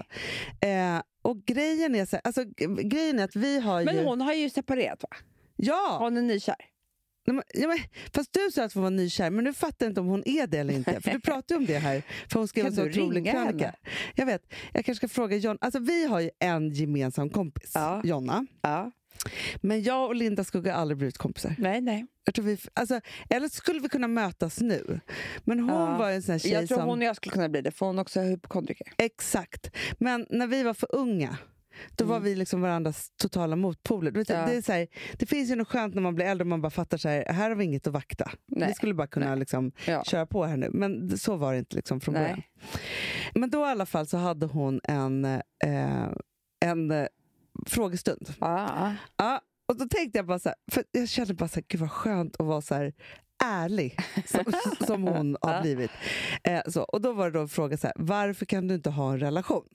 S2: Eh, och grejen är, så, här- alltså, g- grejen är att vi har ju...
S1: Men hon har ju separerat va?
S2: Ja,
S1: Hon är nykär.
S2: nej, men, ja men, fast du sa att hon var nykär, men nu fattar jag inte om hon är det eller inte. För du pratade ju om det här, för hon skrev
S1: Kan
S2: en så
S1: du
S2: otrolig
S1: ringa
S2: krönika.
S1: henne?
S2: Jag vet, jag kanske ska fråga John. Alltså, vi har ju en gemensam kompis,
S1: Ja.
S2: Jonna.
S1: Ja.
S2: Men jag och Linda Skugga har aldrig blivit kompisar.
S1: Nej, nej.
S2: Jag tror vi, alltså, eller skulle vi kunna mötas nu? Men hon
S1: Ja.
S2: var ju en sån här tjej
S1: Jag tror
S2: som...
S1: hon och jag skulle kunna bli det, för hon också är hypokondriker.
S2: Exakt. Men när vi var för unga, då var vi liksom varandras totala motpoler. Du vet,
S1: Mm. Ja.
S2: det, är så här, det finns ju något skönt när man blir äldre och man bara fattar så här, här har vi inget att vakta. Vi
S1: Nej.
S2: skulle bara kunna liksom
S1: Ja.
S2: köra på här nu. Men d- så var det inte liksom från
S1: Nej.
S2: början. Men då i alla fall så hade hon en, eh, en eh, frågestund.
S1: Ah, ah.
S2: Ja, och då tänkte jag bara så här, för jag kände bara så här, gud vad skönt att vara så här ärlig som, som hon har
S1: Ja.
S2: blivit. Eh, så, och då var det då en fråga så här, varför kan du inte ha en relation?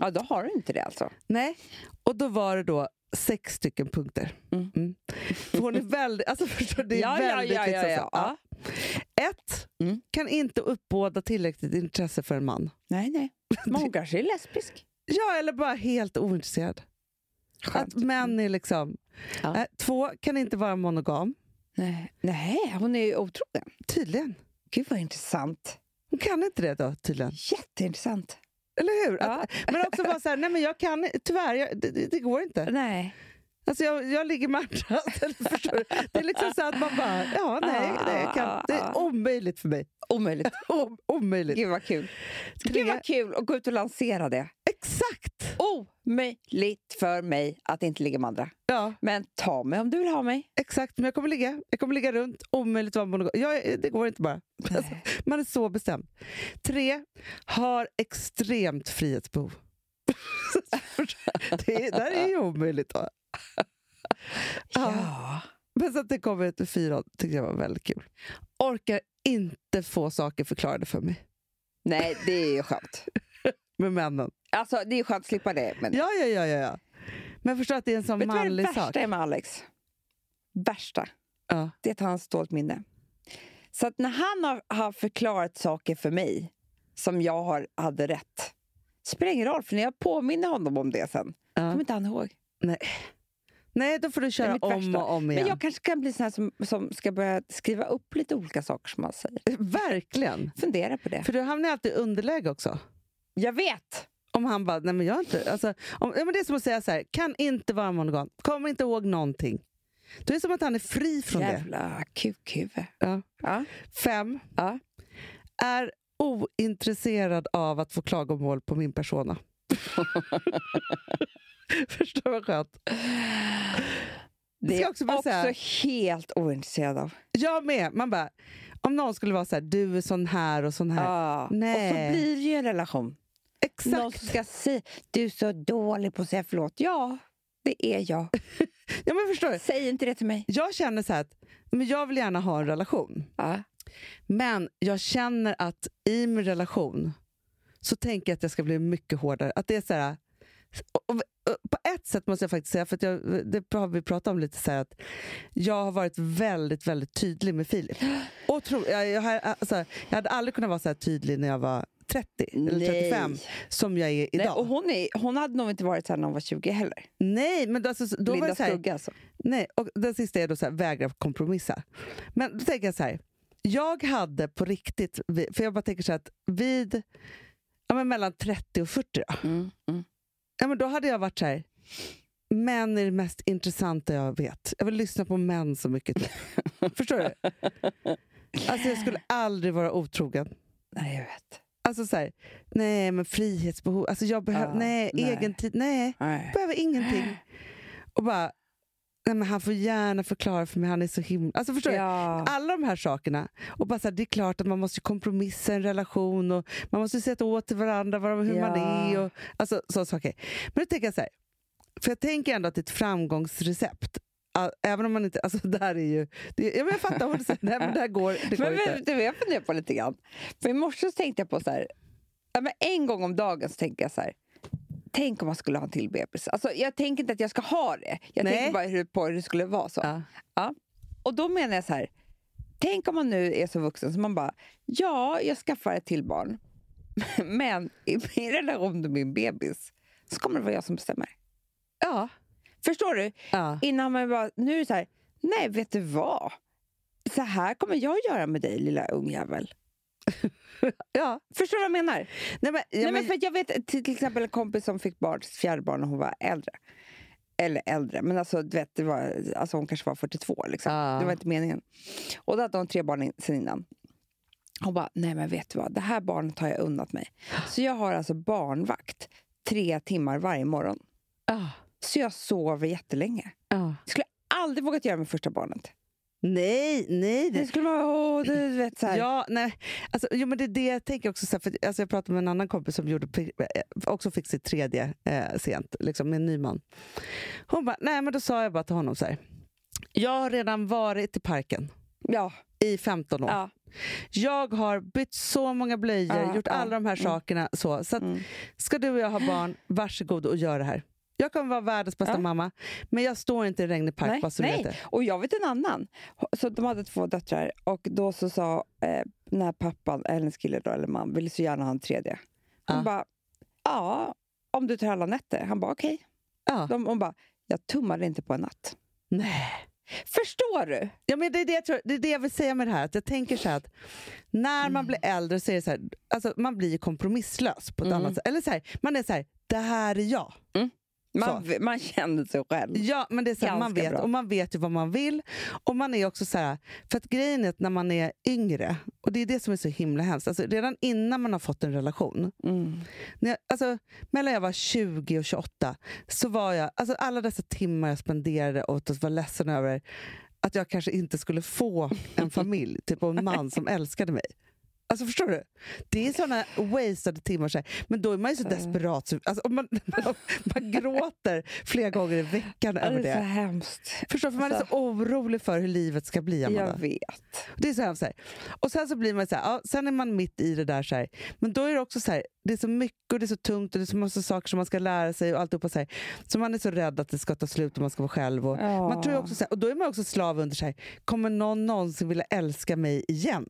S1: Ja, då har du inte det alltså.
S2: Nej. Och då var det då sex stycken punkter.
S1: Mm.
S2: Mm. För hon är väldigt, alltså förstår du, det är
S1: Ja, ja,
S2: väldigt
S1: ja, ja,
S2: liksom så.
S1: ja.
S2: Ja. Ett,
S1: Mm.
S2: kan inte uppbåda tillräckligt intresse för en man.
S1: Nej, nej. Men hon kanske är lesbisk.
S2: Ja, eller bara helt ointresserad.
S1: Skönt.
S2: Att män är liksom...
S1: Ja.
S2: Eh, två, kan inte vara monogam.
S1: Nej. nej, hon är ju otrogen.
S2: Tydligen.
S1: Gud vad intressant.
S2: Hon kan inte det då tydligen.
S1: Jätteintressant.
S2: Eller hur?
S1: Ja.
S2: Att, men också vara så här, nej men jag kan tyvärr, jag, det- det, det går inte.
S1: Nej.
S2: Alltså jag, jag ligger med andra. Eller förstår du? Det är liksom så att man bara, ja nej,
S1: Ah.
S2: nej jag kan, det är omöjligt för mig.
S1: Omöjligt.
S2: Om, omöjligt.
S1: Gud vad kul. Gud
S2: Tre,
S1: vad kul att gå ut och lansera det.
S2: exakt!
S1: Omöjligt för mig att inte ligga med andra.
S2: Ja,
S1: Men ta mig om du vill ha mig.
S2: exakt. Men jag kommer ligga, jag kommer ligga runt, omöjligt att vara monogam. Jag, det går inte bara. Alltså, man är så bestämd. Tre, har extremt frihetsbehov. det, är- det här är ju omöjligt. Då.
S1: Ja.
S2: Men så att det kommer ett fyra tyckte jag var väldigt kul. Orkar inte få saker förklarade för mig.
S1: Nej, det är ju skönt.
S2: Med männen.
S1: Alltså, det är skönt att slippa det. Men...
S2: Ja, ja, ja. ja, ja. Men jag förstår att det är en sån
S1: Vet du vad det
S2: manlig
S1: värsta
S2: sak.
S1: är med Alex? Värsta.
S2: Ja.
S1: Det är att han har ett dåligt minne. Så att när han har, har förklarat saker för mig som jag har, hade rätt, spelar ingen roll, för när jag påminner honom om det sen,
S2: Ja.
S1: kommer inte han ihåg.
S2: Nej, då får du
S1: Det
S2: köra
S1: är mitt
S2: om
S1: värsta.
S2: och om igen.
S1: Men jag kanske kan bli sån här som, som ska börja skriva upp lite olika saker som han säger.
S2: Verkligen.
S1: Fundera på det.
S2: För du hamnar ju alltid i underläge också.
S1: Jag vet!
S2: Om han bara, nej men jag har inte... Alltså, om, ja, men det är som att säga så här, kan inte vara monogam, kommer inte ihåg någonting. Då är det som att han är fri från det.
S1: Jävla kukhuvud.
S2: Ja.
S1: Ja.
S2: Fem,
S1: Ja.
S2: är ointresserad av att få klagomål på min persona. Förstår vad skönt?
S1: Det
S2: ska
S1: är
S2: jag också
S1: också,
S2: bara säga.
S1: helt ointresserad av.
S2: Jag med. Man bara, om någon skulle vara så här, du är sån här och sån här.
S1: Ja. Och
S2: Nej.
S1: så blir det ju en relation. Någon
S2: Exakt.
S1: som ska säga du är så dålig på att säga förlåt. Ja, det är jag.
S2: Ja, men förstår du?
S1: Säg inte det till mig.
S2: Jag känner så här att men jag vill gärna ha en relation.
S1: Ja.
S2: Men jag känner att i min relation så tänker jag att jag ska bli mycket hårdare. Att det är så här, och, och, och, på ett sätt måste jag faktiskt säga, för att jag, det har vi pratat om lite, så här, att jag har varit väldigt väldigt tydlig med Filip. Och tro, jag, jag, har- alltså, jag hade aldrig kunnat vara så här tydlig när jag var 30 eller 35
S1: Nej.
S2: som jag är idag.
S1: Nej, och hon, är, hon hade nog inte varit så här när hon var 20 heller.
S2: Nej, men då, alltså, då var
S1: Linda
S2: det så här,
S1: Skugga alltså.
S2: Nej, och den sista är då så här, vägra kompromissa. Men då tänker jag så här. Jag hade på riktigt, vi- för jag bara tänker så här att vid ja, men mellan 30 och 40, då,
S1: Mm, mm.
S2: ja, men då hade jag varit så här. Män är det mest intressanta jag vet. Jag vill lyssna på män så mycket. typ. Förstår du? Alltså jag skulle aldrig vara otrogen.
S1: Nej, jag vet.
S2: Alltså så här, nej men frihetsbehov, alltså jag behöver,
S1: Ja,
S2: nej,
S1: nej.
S2: egen tid, nej,
S1: Nej.
S2: jag behöver ingenting. Och bara, nej men han får gärna förklara för mig, han är så himla, alltså förstår du?
S1: Ja.
S2: Alla de här sakerna. Och bara så här, det är klart att man måste ju kompromissa i en relation och man måste ju sätta åt till varandra vad, hur man
S1: Ja.
S2: är. Och, alltså sådana saker. Men då tänker jag så här, för jag tänker ändå att det är ett framgångsrecept. Ä- Även om man inte... Alltså det här är ju... Det, ja, men jag fattar vad du säger. Nej, men det här går, det går
S1: Men
S2: inte.
S1: vet du vad jag funderar på lite grann? För i morse så tänkte jag på så här, ja, men en gång om dagen så tänker jag så här, tänk om man skulle ha en till bebis. Alltså, jag tänker inte att jag ska ha det, jag
S2: Nej.
S1: tänker bara hur, på hur det skulle vara så.
S2: Ja.
S1: Och då menar jag så här, tänk om man nu är så vuxen så man bara, ja, jag skaffar ett till barn. Men i min relation till min bebis så kommer det vara jag som bestämmer.
S2: Ja.
S1: Förstår du?
S2: ja.
S1: Innan man bara, nu är det så här, nej vet du vad? Så här kommer jag göra med dig lilla ungjävel.
S2: ja.
S1: Förstår du vad jag menar?
S2: Nej, men, ja,
S1: Nej, men
S2: men,
S1: för att jag vet till, till exempel en kompis som fick barn, sitt fjärde barn när hon var äldre. Eller äldre, men alltså, du vet, det var, alltså hon kanske var 42. Liksom.
S2: Ja.
S1: Det var inte meningen. Och då hade hon tre barn in, sen innan. Hon bara, nej men vet du vad, det här barnet har jag unnat mig. Så jag har alltså barnvakt tre timmar varje morgon.
S2: ja.
S1: Så jag sover jättelänge.
S2: Ja.
S1: Aldrig vågat göra med första barnet.
S2: Nej, nej.
S1: Det
S2: Det,
S1: skulle man åh, du vet så här.
S2: ja, nej. Alltså, jo, men det är det jag tänker också. Så här, för, alltså, jag pratade med en annan kompis som gjorde, pri- eh, också fick sitt tredje eh, sent, liksom, med en ny man. Hon bara, nej men då sa jag bara till honom så här. Jag har redan varit i parken
S1: Ja.
S2: i 15 år.
S1: Ja.
S2: Jag har bytt så många blöjor,
S1: Ja,
S2: gjort
S1: ja.
S2: alla de här
S1: Mm.
S2: sakerna. Så, så att,
S1: Mm.
S2: ska du och jag ha barn, varsågod och gör det här. Jag kommer vara världens bästa
S1: Ja.
S2: mamma, men jag står inte i en regnig park
S1: Nej,
S2: bara så du
S1: nej.
S2: vet det.
S1: Och jag vet en annan. Så de hade två döttrar och då så sa eh, den här pappan, eller hennes kille då, eller man, ville så gärna ha en tredje. Hon
S2: Ja.
S1: bara, ja, om du tar alla nätter. Han bara, okej.
S2: Ja.
S1: De, hon bara, jag tummade inte på en natt.
S2: Nej.
S1: Förstår du?
S2: Ja, men det, är det, jag tror, det är det jag vill säga med det här. Att jag tänker så här att när man blir äldre så är det så här, alltså man blir ju kompromisslös på ett
S1: Mm.
S2: annat sätt. Eller så här, man är så här, det här är jag.
S1: Man, man känner sig själv.
S2: Ja, men det är så här, man
S1: Ganska
S2: vet,
S1: bra.
S2: och man vet ju vad man vill. Och man är också så här, för att grejen är att när man är yngre, och det är det som är så himla hemskt, alltså redan innan man har fått en relation,
S1: Mm.
S2: när jag, alltså, mellan jag var 20 och 28, så var jag, alltså alla dessa timmar jag spenderade åt att vara ledsen över att jag kanske inte skulle få en familj, typ och en man som älskade mig. Alltså förstår du? Det är såna wasted timmar. Så här. Men då är man ju så
S1: Mm.
S2: desperat. Så, alltså, och man, man, gråter flera gånger i veckan
S1: Ja,
S2: över
S1: det är så Alltså.
S2: det.
S1: hemskt.
S2: Förstår, du? för man är så orolig för hur livet ska bli, Amanda.
S1: Jag vet.
S2: Det är så hemskt. Så här. Och sen så blir man så här, ja, sen är man mitt i det där. Så här. Men då är det också så här, det är så mycket och det är så tungt och det är så massa saker som man ska lära sig och alltihopa. Så, här. så man är så rädd att det ska ta slut och man ska vara själv. Och,
S1: Ja.
S2: man tror ju också så här, och då är man också slav under sig. Kommer någon någonsin vilja älska mig igen?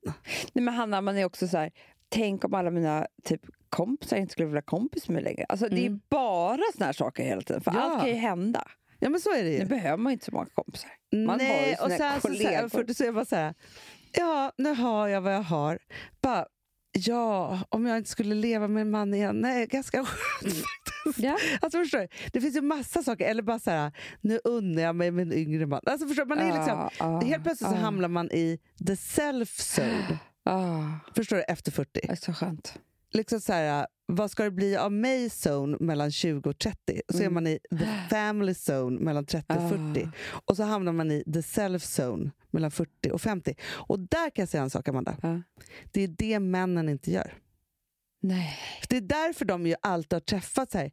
S1: Nej, men Hanna, man är också så här, tänk om alla mina typ, kompisar inte skulle vilja vara kompis med mig längre. Alltså, Det är
S2: Mm.
S1: bara såna här saker hela tiden, för
S2: Ja.
S1: allt kan ju hända.
S2: Ja men så är det
S1: Nu
S2: ju.
S1: behöver man ju inte så många kompisar. man har ju sina
S2: och sen så, så här,
S1: kollegor.
S2: för, så är jag bara så här, ja nu har jag vad jag har. Bara, ja, om jag inte skulle leva med en man igen. Nej, ganska skönt.
S1: Ja.
S2: Alltså förstår du? Det finns ju massa saker. Eller bara så här, nu unnar jag mig med en yngre man. Alltså förstår du? man är liksom,
S1: Ah,
S2: helt plötsligt så hamnar man i the self-zone.
S1: Ah,
S2: Förstår du? Efter 40.
S1: det är så skönt.
S2: Liksom så här, vad ska det bli av mig zone mellan 20 och 30? Så är
S1: Mm.
S2: man i the family zone mellan 30 och 40. Och så hamnar man i the self-zone mellan 40 och 50. Och där kan jag säga en sak, Amanda.
S1: Ja.
S2: Det är det männen inte gör.
S1: Nej.
S2: Det är därför de ju alltid har träffat så här,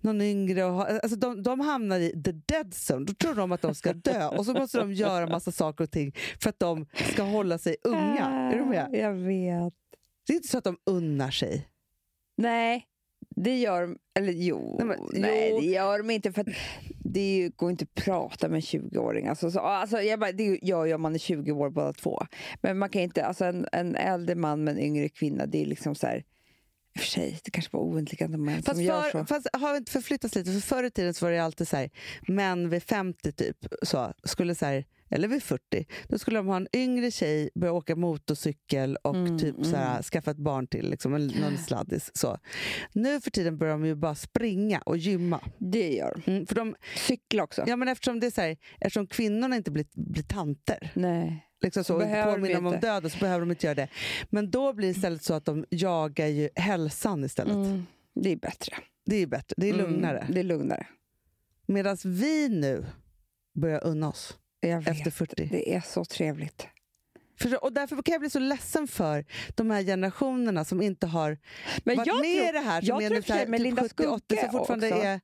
S2: någon yngre. Och ha, alltså de, de hamnar i the dead zone. Då tror de att de ska dö och så måste de göra massa saker och ting för att de ska hålla sig unga. Är du med?
S1: Ah, Jag vet.
S2: Det är inte så att de unnar sig.
S1: Nej, det gör de... Eller jo,
S2: Nej,
S1: nej,
S2: men- jo.
S1: det gör de inte. För att det är ju, går inte att prata med en 20-åring. Alltså, så, alltså, jag bara, det gör ju om man är 20 år båda två. Men man kan inte, alltså, en, en äldre man med en yngre kvinna, det är liksom så här... I och för sig, det kanske var oundvikande män som
S2: Fast,
S1: gör så.
S2: för, fast har vi inte förflyttats lite? För förr i tiden så var det ju alltid så här, män vid 50 typ, så, skulle så här, eller vid 40, då skulle de ha en yngre tjej, börja åka motorcykel och
S1: Mm,
S2: typ Så här, skaffa ett barn till, liksom, en- någon sladdis. Så. Nu för tiden börjar de ju bara springa och gymma.
S1: Det gör de.
S2: Mm, för de,
S1: Cykla också.
S2: ja, men eftersom, det är så här, eftersom kvinnorna inte blir, blir tanter
S1: Nej.
S2: liksom så, och inte
S1: Behöver de
S2: påminna dem om
S1: inte.
S2: döden så behöver de inte göra det. Men då blir det istället så att de jagar ju hälsan istället.
S1: Mm. Det är bättre.
S2: Det är ju bättre, det är lugnare.
S1: Mm, det är lugnare.
S2: Medan vi nu börjar unna oss
S1: Jag vet.
S2: efter 40.
S1: Det är så trevligt.
S2: För, och därför kan jag bli så ledsen för de här generationerna som inte har
S1: Men
S2: varit
S1: jag
S2: med
S1: tror,
S2: i det här. Som
S1: jag
S2: är
S1: tror
S2: nu
S1: i och för sig
S2: såhär,
S1: med
S2: typ
S1: Linda
S2: 70, 80,
S1: Skugge
S2: som fortfarande
S1: också.
S2: är...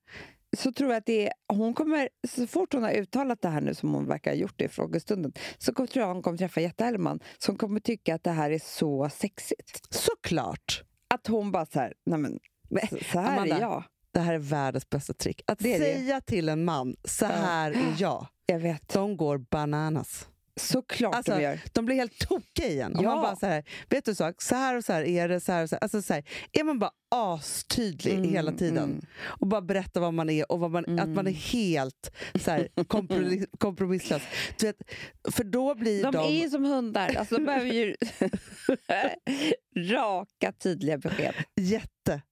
S1: så tror jag att det är, hon kommer, så fort hon har uttalat det här nu som hon verkar ha gjort det i frågestunden så kom- tror jag hon kommer träffa Jette Hellman som kommer tycka att det här är så sexigt.
S2: Såklart!
S1: Att hon bara så här, nej men så- så här
S2: Amanda.
S1: är jag.
S2: Det här är världens bästa trick. Att
S1: Det är det.
S2: säga till en man, så här är jag.
S1: Jag vet.
S2: De går bananas.
S1: Såklart
S2: Alltså,
S1: de gör.
S2: De blir helt tokiga igen. Om
S1: Ja.
S2: man bara så här, vet du en sak, så här och så här är det. Så här och så här. Alltså, så här, är man bara astydlig
S1: Mm,
S2: hela tiden
S1: mm.
S2: och bara berättar vad man är och vad man, att man är helt så här, kompromiss, kompromisslös. Du vet, för då blir
S1: De
S2: de...
S1: är ju som hundar. Alltså, de behöver ju raka, tydliga besked.
S2: Jätte.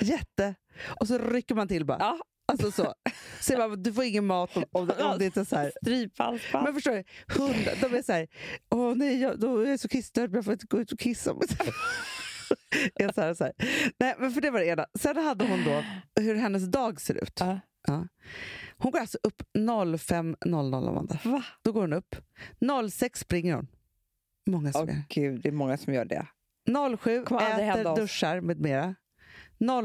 S2: Jätte. Och så rycker man till bara.
S1: Ja.
S2: Alltså så. så man, du får ingen mat om, om, om det inte är så här.
S1: Stryphalsband.
S2: Men förstår du, hundar, de är så här, åh nej, jag, då är jag så kissnödig men jag får inte gå ut och kissa. är så här, så här. Nej, men för det var det ena. Sen hade hon då hur hennes dag ser ut.
S1: Ja.
S2: Ja. Hon går alltså upp 05.00, Amanda.
S1: Va?
S2: Då går hon upp. 06 springer hon. Många som
S1: Åh gud, det är många som gör det.
S2: gör. 07
S1: Kommer aldrig hända
S2: äter,
S1: oss.
S2: duschar med mera.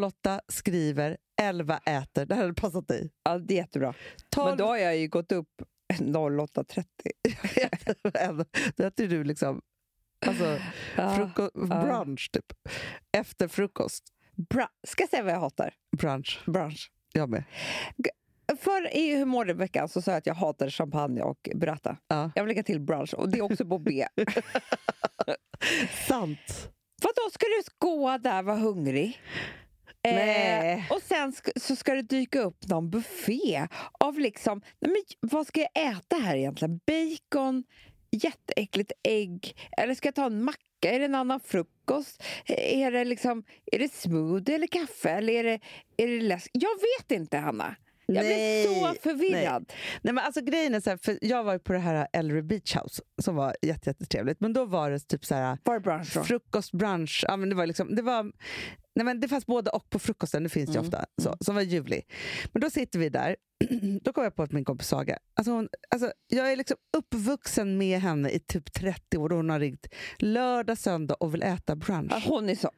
S2: 08 skriver, 11 äter. Det här hade passat dig.
S1: Ja, det är jättebra.
S2: 12
S1: Men då har jag ju gått upp 08.30.
S2: Då äter du liksom... Alltså,
S1: Ja.
S2: Fruko-
S1: ja.
S2: brunch, typ. Efter frukost.
S1: Bra. Ska jag säga vad jag hatar?
S2: Brunch.
S1: Brunch.
S2: Jag med.
S1: Förr i Hur mår du veckan så sa jag att jag hatar champagne och burrata.
S2: Ja.
S1: Jag vill lägga till brunch och det är också på B.
S2: Sant.
S1: Vadå, ska du gå där vara hungrig? Eh,
S2: Nej.
S1: och sen sk- så ska det dyka upp någon buffé av liksom, nej men vad ska jag äta här egentligen? Bacon, jätteäckligt ägg, eller ska jag ta en macka? Är det en annan frukost? Eh, Är det liksom, är det smoothie eller kaffe? Eller är det, är det läsk? Jag vet inte, Hanna. Jag
S2: Nej.
S1: blir så förvirrad.
S2: Nej, men alltså, grejen är så här, för jag var ju på det här Ellery Beach House som var jätte, jättetrevligt. Men då var det typ så här,
S1: Var det brunch då?
S2: frukost, brunch. Ja, men det, var liksom, det, var, nej, men det fanns både och på frukosten, det finns ju ofta. Så, som var ljuvlig. Men då sitter vi där. Då kom jag på att min kompis Saga, alltså hon, alltså jag är liksom uppvuxen med henne i typ 30 år och hon har ringt lördag, söndag och vill äta brunch.
S1: Ja, Hon är så.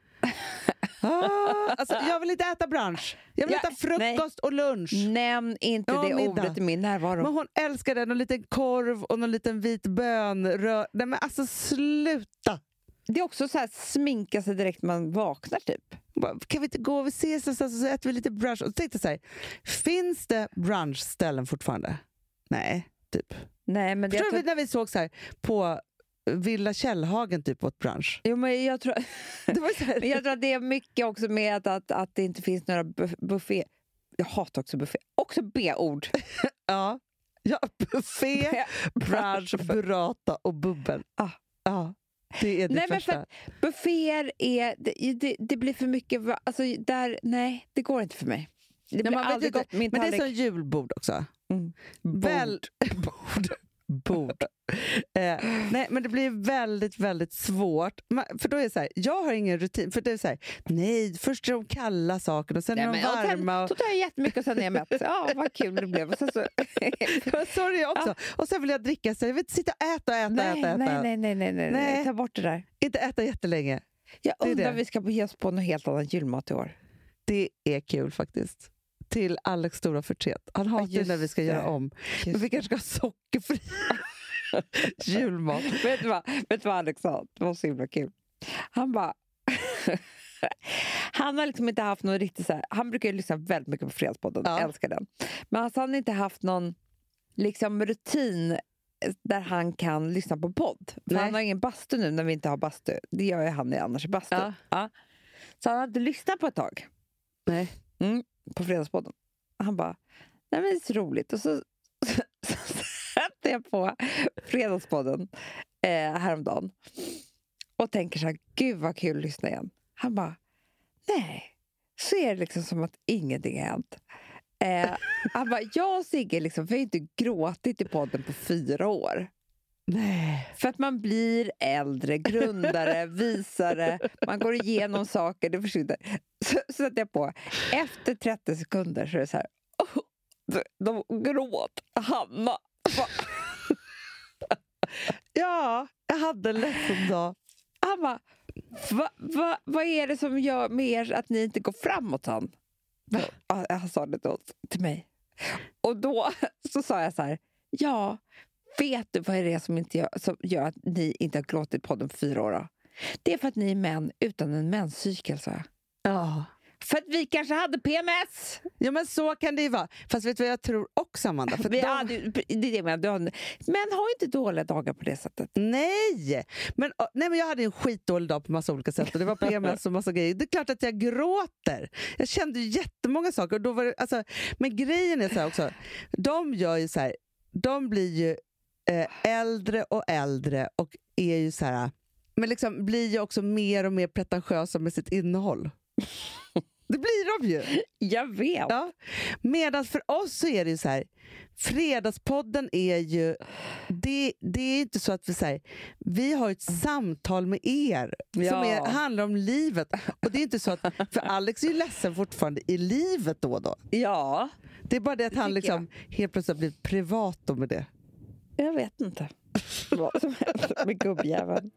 S2: Ah, alltså, jag vill inte äta brunch. Jag vill
S1: Ja, Mm.
S2: äta frukost och lunch.
S1: Nämn inte
S2: Ja,
S1: det
S2: middag.
S1: ordet i min närvaro.
S2: Men hon älskar den. Någon liten korv och någon liten vit bönrör. Nej men alltså sluta!
S1: Det är också så här sminka sig direkt man vaknar typ.
S2: Hon bara, Kan vi inte gå och vi ses någonstans och så äter vi lite brunch? Och så tänkte jag så här, finns det brunchställen fortfarande? Nej, typ.
S1: Nej, men jag
S2: Förstår
S1: tror,
S2: du när vi såg så här på Villa Källhagen typ åt brunch?
S1: jo, men jag, tror,
S2: Det var så
S1: men
S2: här,
S1: jag tror att det är mycket också med att, att, att det inte finns några bu- buffé. Jag hatar också buffé. Också B-ord.
S2: ja, ja, buffé, brunch, burrata och bubbel.
S1: Ah.
S2: Ja, det är det
S1: Nej, men
S2: första.
S1: för- Bufféer är... Det, det, det blir för mycket... va- Alltså, där, nej, det går inte för mig. Det blir
S2: man vet
S1: aldrig
S2: ju
S1: gott. Min
S2: Men det är
S1: tallrik...
S2: som julbord också.
S1: Mm.
S2: Väl... Bord. Bord. eh, nej, men det blir väldigt, väldigt svårt. Man, för då är det så här, jag har ingen rutin. För det är så här, nej, först är de kalla sakerna och sen
S1: Nej,
S2: är de
S1: men- och sen-
S2: varma. Och
S1: Så tar jag jättemycket och sen är jag mätt. Ja, vad kul det blev. Och sen så...
S2: och, så är jag också. Och sen vill jag dricka, så jag vill inte sitta och äta och äta,
S1: nej,
S2: äta, äta.
S1: nej, nej, nej, nej, nej, nej.
S2: Nej.
S1: Ta bort det där.
S2: Inte äta jättelänge.
S1: Jag
S2: Det är
S1: undrar
S2: det.
S1: om vi ska ge oss på något helt annat julmat i år.
S2: Det är kul faktiskt. Till Alex stora förtret. Han hatar ju
S1: just
S2: när vi ska
S1: det.
S2: göra om. Men vi kanske ska ha sockerfri julmat.
S1: vet, du vad, vet du vad Alex sa? Det var så himla kul. Han bara... Han har liksom inte haft någon riktig... Så här, han brukar ju lyssna väldigt mycket på Fredagspodden,
S2: Ja.
S1: älskar den. Men alltså, han har inte haft någon liksom, rutin där han kan lyssna på podd. För
S2: Nej.
S1: han har ingen bastu nu när vi inte har bastu. Det gör ju han i annars i bastu.
S2: Ja.
S1: Så han har inte lyssnat på ett tag.
S2: Nej.
S1: Mm, på Fredagspodden. Han bara, nej men det är så roligt. Och så, så, satte jag på Fredagspodden eh, häromdagen och tänker så här, gud vad kul att lyssna igen. Han bara, nej. Så är det liksom som att ingenting har hänt. Eh, han bara, jag och Sigge liksom, vi har ju inte gråtit i podden på fyra år.
S2: Nej.
S1: För att man blir äldre, grundare, visare. Man går igenom saker, det försvinner. Så så satte jag på. Efter 30 sekunder så är det så här... "Åh, de, de gråt, Hanna.
S2: Ja, jag hade en ledsen dag.
S1: Han bara, va, va, vad är det som gör med er att ni inte går framåt? Han, Ja, han sa det då till mig. Och då så sa jag så här, ja, vet du vad är det är som, inte gör, som gör att ni inte har gråtit podden för fyra år? Då? Det är för att ni är män utan en menscykel, sa jag.
S2: Ja.
S1: För att vi kanske hade PMS!
S2: ja, men så kan det ju vara. Fast vet du vad jag tror också, Amanda? För
S1: Vi
S2: de-
S1: hade, ju- det är det jag menar, du har, män har inte dåliga dagar på det sättet.
S2: Nej! Men, å, nej! men Jag hade en skitdålig dag på massa olika sätt. Och det var PMS och massa grejer. Det är klart att jag gråter. Jag kände ju jättemånga saker. Och då var det, alltså, men grejen är så här också. De gör ju så här. De blir ju eh, äldre och äldre och är ju så här. Men liksom blir ju också mer och mer pretentiösa med sitt innehåll. Det blir de ju!
S1: Jag vet!
S2: Ja. Medan för oss så är det ju så här, Fredagspodden är ju... Det, det är inte så att vi säger vi har ett samtal med er som
S1: Ja.
S2: är, handlar om livet. Och det är inte så att, för Alex är ju ledsen fortfarande i livet då och då.
S1: Ja,
S2: Det är bara det att han
S1: tycker
S2: liksom helt plötsligt har blivit privat då med det.
S1: jag vet inte vad som händer med gubbjäveln.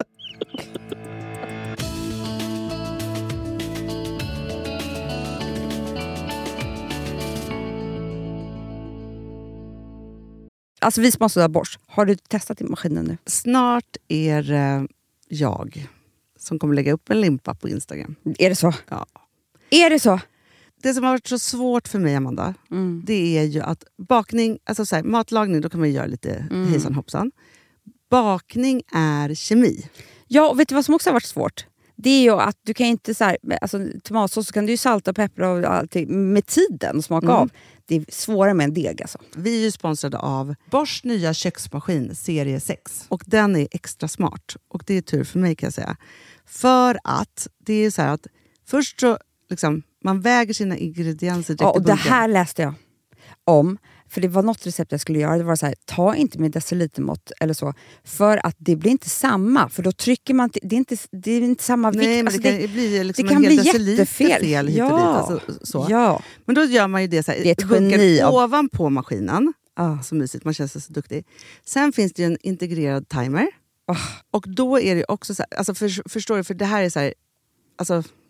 S3: Alltså vi som har sådär borst, har du testat din maskinen nu?
S2: Snart är eh, jag som kommer lägga upp en limpa på Instagram.
S3: Är det så?
S2: Ja.
S3: Är det så?
S2: Det som har varit så svårt för mig, Amanda,
S3: Mm.
S2: det är ju att bakning, alltså så här, matlagning, då kan man ju göra lite
S3: Mm.
S2: hejsan hoppsan. Bakning är kemi.
S3: Ja, och vet du vad som också har varit svårt? Det är ju att du kan inte så här, alltså, tomatsås så kan du ju salta och peppra och allting med tiden och
S1: Mm.
S3: smaka av. Det är svårare med en deg alltså.
S2: Vi är ju sponsrade av Bors nya köksmaskin serie 6. Och den är extra smart. Och det är tur för mig kan jag säga. För att, det är ju så här att först så liksom, man väger sina ingredienser direkt
S3: Ja,
S2: i
S3: och det
S2: bunken.
S3: här läste jag om. För det var något recept jag skulle göra. Det var så här, ta inte med decilitermått eller så. För att det blir inte samma. För då trycker man... till- Det är inte, det är inte samma
S2: Nej, men
S3: vikt. Alltså,
S2: det kan ju bli liksom
S3: det kan
S2: en
S3: bli
S2: hel deciliter
S3: jättefel.
S2: fel hit och dit.
S3: Ja.
S2: Alltså, så.
S3: Ja.
S2: Men då gör man ju det så här,
S3: Det är ett
S2: bunkar
S3: geni av-
S2: ovanpå maskinen.
S3: Ah.
S2: Så mysigt, man känns så, så duktig. Sen finns det ju en integrerad timer.
S3: Ah.
S2: Och då är det ju också så här, alltså för, förstår du, för det här är så här, alltså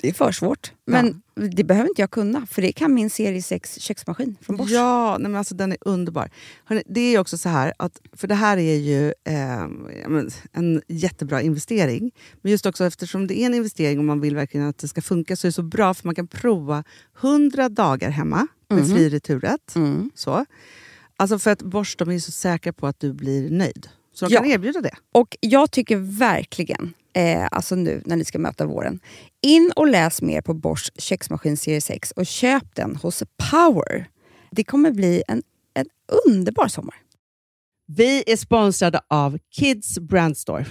S3: Det är för svårt. Men det behöver inte jag kunna, för det kan min serie 6 köksmaskin från Bosch.
S2: Ja, nej men alltså den är underbar. Hörrni, det är ju också så här, att, för det här är ju eh, ja, men en jättebra investering. Men just också eftersom det är en investering och man vill verkligen att det ska funka så är det så bra för man kan prova 100 dagar hemma med fri returrätt.
S3: Mm.
S2: Så. Alltså för att Bosch de är ju så säkra på att du blir nöjd. Så de
S3: Ja.
S2: kan erbjuda det.
S3: Och jag tycker verkligen, eh, alltså nu när ni ska möta våren, in och läs mer på Bosch köksmaskin serie 6 och köp den hos Power. Det kommer bli en, en underbar sommar.
S2: Vi är sponsrade av Kids Brand Store.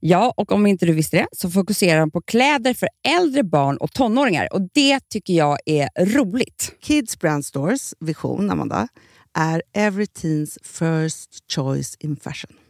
S3: Ja, och om inte du visste det så fokuserar de på kläder för äldre barn och tonåringar och det tycker jag är roligt.
S2: Kids Brand Stores vision, Amanda, är every teens first choice in fashion.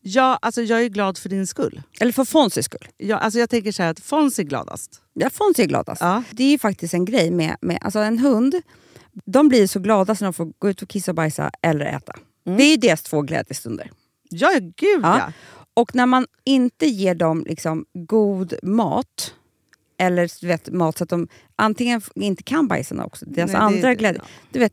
S2: Ja, alltså jag är glad för din skull.
S1: Eller för Fonzys skull.
S2: Ja, alltså jag tänker så här att Fons är gladast.
S1: Ja, Fonzie är gladast.
S2: Ja.
S1: Det är ju faktiskt en grej med, med alltså en hund. De blir så glada när de får gå ut och kissa och bajsa eller äta.
S2: Mm.
S1: Det är ju deras två glädjestunder.
S2: Ja, gud
S1: Ja.
S2: ja.
S1: Och när man inte ger dem liksom god mat, eller du vet, mat så att de antingen f- inte kan bajsa också, deras
S2: Nej, det-
S1: andra
S2: det-
S1: glädje,
S2: ja. Mm.
S1: du vet,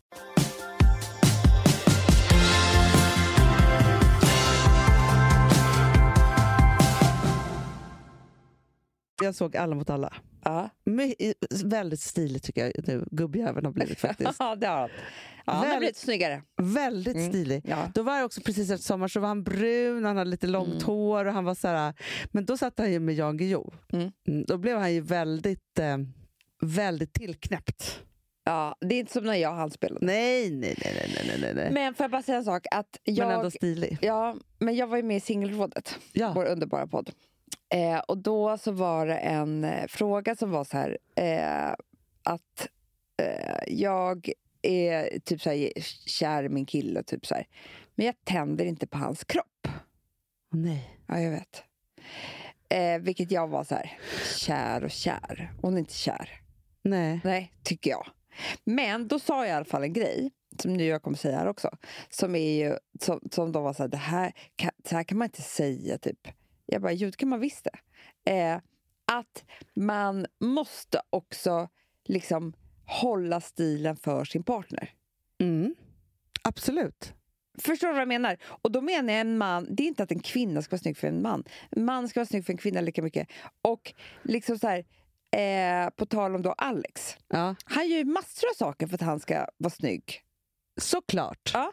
S2: Jag såg Alla mot alla.
S1: Ja,
S2: My, i- väldigt stiligt tycker jag nu gubbjäveln har blivit faktiskt.
S1: det har han.
S2: han har blivit
S1: snyggare.
S2: väldigt
S1: Mm.
S2: stilig.
S1: Ja.
S2: Då var det också precis efter sommar så var han brun, han hade lite långt hår och han var så här, Men då satt han ju med Jan Guillou.
S1: Mm.
S2: Mm, Då blev han ju väldigt, eh, väldigt tillknäppt.
S1: ja, det är inte som när jag och han spelade.
S2: Nej, nej, nej, nej, nej, nej, nej. nej.
S1: Men får jag bara säga en sak? Att jag,
S2: Men ändå stilig.
S1: ja, men jag var ju med i Singelrådet.
S2: Ja.
S1: vår underbara podd. Eh, och då så var det en eh, fråga som var så här eh, att eh, jag är typ så här, kär i min kille, typ så här, men jag tänder inte på hans kropp.
S2: Nej.
S1: Ja, jag vet. Eh, vilket jag var så här, kär och kär. Hon är inte kär.
S2: Nej.
S1: Nej, tycker jag. Men då sa jag i alla fall en grej, som nu jag kommer säga här också, som, är ju, som, som de var så här, det här kan, så här kan man inte säga, typ. Jag bara, jo det kan man visst det. Eh, att man måste också liksom hålla stilen för sin partner.
S2: Mm. Absolut.
S1: Förstår du vad jag menar? Och då menar jag en man, det är inte att en kvinna ska vara snygg för en man. En man ska vara snygg för en kvinna lika mycket. Och liksom så här, eh, på tal om då Alex.
S2: Ja.
S1: Han gör ju massor av saker för att han ska vara snygg.
S2: Såklart.
S1: Ja.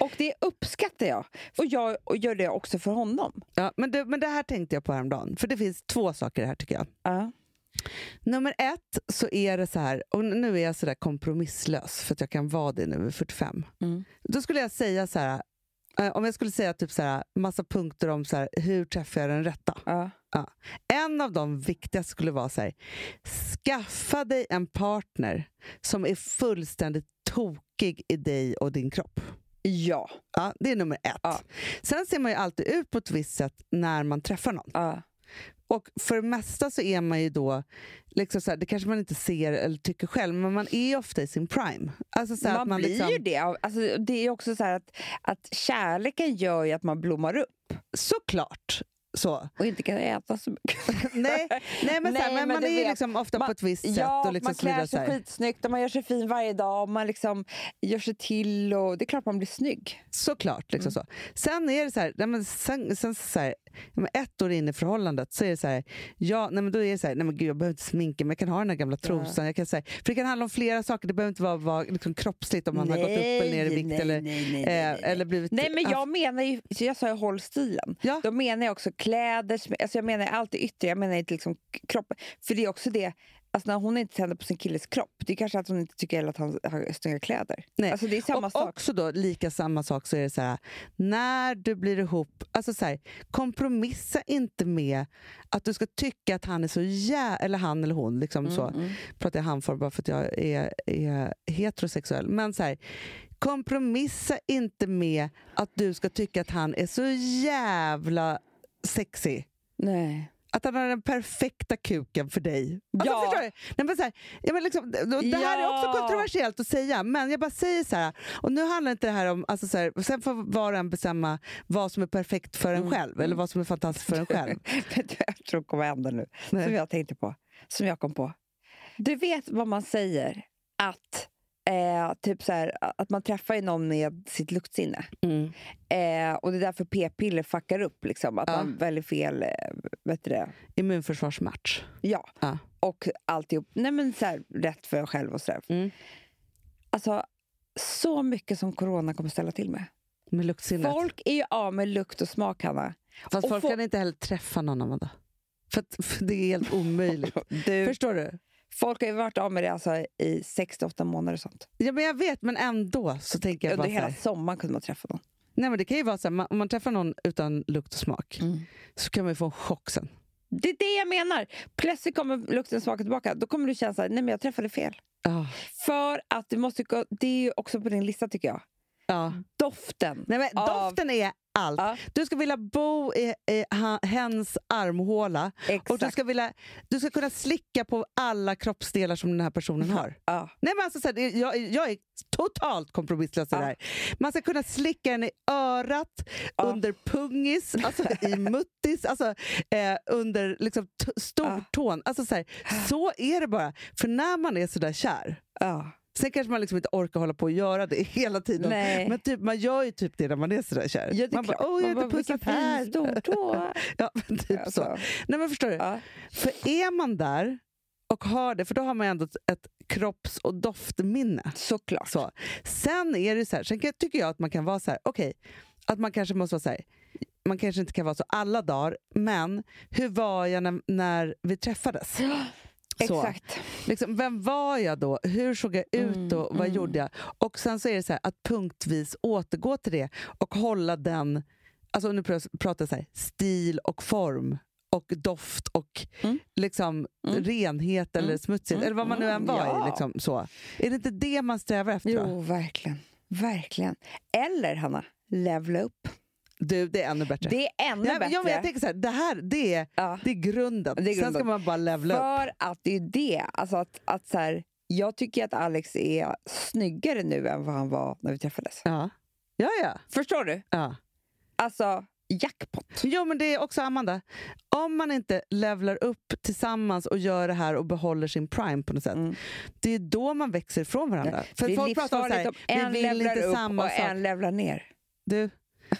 S1: Och det uppskattar jag. Och jag och gör det också för honom.
S2: Ja, men, det, men det här tänkte jag på häromdagen, för det finns två saker här tycker jag.
S1: Ja.
S2: Nummer ett så är det så här, och nu är jag sådär kompromisslös för att jag kan vara det nu vid 45.
S1: Mm.
S2: Då skulle jag säga så här, eh, om jag skulle säga typ så här, massa punkter om så här, hur träffar jag den rätta?
S1: Ja.
S2: En av de viktigaste skulle vara så här, skaffa dig en partner som är fullständigt tokig i dig och din kropp.
S1: Ja.
S2: Ja, det är nummer ett.
S1: Ja.
S2: Sen ser man ju alltid ut på ett visst sätt när man träffar någon.
S1: Ja.
S2: Och för det mesta så är man ju då, liksom så här, det kanske man inte ser eller tycker själv, men man är ofta i sin prime. Alltså så här att
S1: man,
S2: man
S1: blir
S2: liksom,
S1: ju det. av- Alltså, det är ju också så här att, att kärleken gör ju att man blommar upp.
S2: Såklart! så.
S1: Och inte kan äta så mycket.
S2: Nej, nej men, så
S1: Nej,
S2: här, men
S1: men
S2: man
S1: du
S2: är ju
S1: vet,
S2: liksom ofta
S1: man-
S2: på ett visst
S1: ja,
S2: sätt. Och liksom
S1: man
S2: så vidare,
S1: klär
S2: så
S1: sig
S2: här.
S1: skitsnyggt och man gör sig fin varje dag och man liksom gör sig till. Och det är klart man blir snygg.
S2: Såklart. Liksom
S1: Mm.
S2: så. Sen är det så här, nej men sen, sen så här nej men ett år in i förhållandet så är det så här, ja, nej men då är det så här, nej men gud, jag behöver inte sminka mig, jag kan ha den här gamla trosan. Jag kan, så här, för det kan handla om flera saker, det behöver inte vara, vara liksom kroppsligt om man har gått upp eller ner i vikt
S1: nej,
S2: eller,
S1: nej, nej, nej, nej.
S2: eh, eller blivit...
S1: Nej, men
S2: haft-
S1: jag menar ju, så jag sa ju håll stilen.
S2: Ja.
S1: Då menar jag också kläder, sm- alltså jag menar allt det yttre, jag menar inte liksom kroppen. För det är också det, alltså när hon inte tänder på sin killes kropp, det är kanske att hon inte tycker heller att han har snygga kläder.
S2: Nej.
S1: Alltså det är samma
S2: och
S1: sak.
S2: också då, lika samma sak, så är det så här, när du blir ihop, alltså så här, kompromissa inte med att du ska tycka att han är så jä... eller han eller hon,
S1: Mm,
S2: liksom så. Pratar jag handform bara för att jag är, är heterosexuell. Men så här, kompromissa inte med att du ska tycka att han är så jävla sexy.
S1: Nej.
S2: Att han har den perfekta kuken för dig. Alltså,
S1: Ja.
S2: förstår du? Nej, men så här, ja, men liksom, det det här är också
S1: Ja.
S2: kontroversiellt att säga, men jag bara säger så här. Och nu handlar inte det här om... Alltså, så här, sen får var och en bestämma vad som är perfekt för en
S1: Mm.
S2: själv, eller vad som är fantastiskt för en själv.
S1: Vet du vad jag tror kommer hända nu?
S2: Nej.
S1: Som jag tänkte på. Som jag kom på. Du vet vad man säger att eh, typ så här, att man träffar ju någon med sitt luktsinne. Eh, och det är därför p-piller fuckar upp. Liksom, att
S2: Ja.
S1: man väljer fel eh, vet du det,
S2: Immunförsvarsmatch.
S1: Ja.
S2: Ja.
S1: Och alltihop. Nej, men så här, rätt för en själv och sådär.
S2: Mm.
S1: Alltså, så mycket som corona kommer ställa till med.
S2: Med luktsinnet.
S1: Folk är ju av med lukt och smak, Hanna.
S2: Fast
S1: och
S2: folk
S1: få-
S2: kan inte heller träffa någon, Amanda. För, att, för det är helt omöjligt.
S1: Du,
S2: Förstår du?
S1: folk har ju varit av med det alltså, i 6-8 månader och sånt.
S2: Ja, men jag vet, men ändå så tänker jag
S1: Under
S2: bara så
S1: hela
S2: här.
S1: sommaren kunde man träffa någon.
S2: Nej, men Det kan ju vara så här, man, om man träffar någon utan lukt och smak så kan man ju få en chock sen.
S1: Det är det jag menar. Plötsligt kommer lukten och smaken tillbaka. Då kommer du känna så här, nej men jag träffade fel.
S2: Ja.
S1: För att du måste gå, det är ju också på din lista tycker jag.
S2: Ja.
S1: Doften.
S2: Nej, men
S1: av-
S2: Doften är allt.
S1: Ja.
S2: Du ska vilja bo i, i ha- hens armhåla och
S1: Exakt.
S2: du ska, vilja, du ska kunna slicka på alla kroppsdelar som den här personen har.
S1: ja.
S2: Nej, men alltså, så här, det- jag, jag är totalt kompromisslös i
S1: Ja.
S2: det här. Man ska kunna slicka den i örat,
S1: Ja.
S2: under pungis, alltså, i muttis, alltså, eh, under liksom, t- stortån. Alltså, så, här, så är det bara. För när man är så där kär,
S1: Ja.
S2: sen kanske man liksom inte orkar hålla på och göra det hela tiden.
S1: Nej.
S2: Men typ, man gör ju typ det när man är så där kär.
S1: Ja, det är
S2: man
S1: klart.
S2: bara, åh, jag
S1: Man
S2: har
S1: bara,
S2: inte
S1: vilken
S2: pussat
S1: fin
S2: här.
S1: stortå.
S2: Ja, men typ så.
S1: Alltså,
S2: Nej, men förstår du?
S1: ja.
S2: För är man där och har det, för då har man ändå ett- ett kropps och doftminne.
S1: Såklart.
S2: Så. Sen är det så här, sen kan- tycker jag att man kan vara så här, okej, att man kanske måste vara så här, man kanske inte kan vara så alla dagar, men hur var jag när, när vi träffades? Så.
S1: Exakt.
S2: Liksom, vem var jag då? Hur såg jag
S1: Mm,
S2: ut då? Vad gjorde jag? Och sen så är det så här, att punktvis återgå till det och hålla den, alltså nu pr- pratar jag så här, stil och form och doft och
S1: Mm. Mm.
S2: liksom renhet eller smutsighet, eller vad man nu än var
S1: Ja.
S2: i. Liksom, så. Är det inte det man strävar efter? då?
S1: Jo, verkligen. Verkligen. Eller, Hanna, levla upp.
S2: Du, det är ännu bättre.
S1: Det är ännu
S2: ja, men-
S1: bättre.
S2: ja, men jag tänker så här, det här det är,
S1: Ja.
S2: det är, grunden.
S1: Det är grunden.
S2: Sen ska man bara levla upp.
S1: För att det är det. Alltså att, att så här, jag tycker att Alex är snyggare nu än vad han var när vi träffades.
S2: Ja. Ja, ja.
S1: Förstår du?
S2: ja.
S1: Alltså, jackpot.
S2: Jo, men det är också Amanda. Om man inte levlar upp tillsammans och gör det här och behåller sin prime på något sätt.
S1: Mm.
S2: Det är då man växer ifrån varandra. För
S1: det är
S2: folk pratar om så
S1: livsfarligt
S2: här,
S1: om en
S2: vi vill
S1: levlar
S2: inte
S1: upp
S2: samma
S1: och
S2: sak.
S1: en levlar ner.
S2: Du,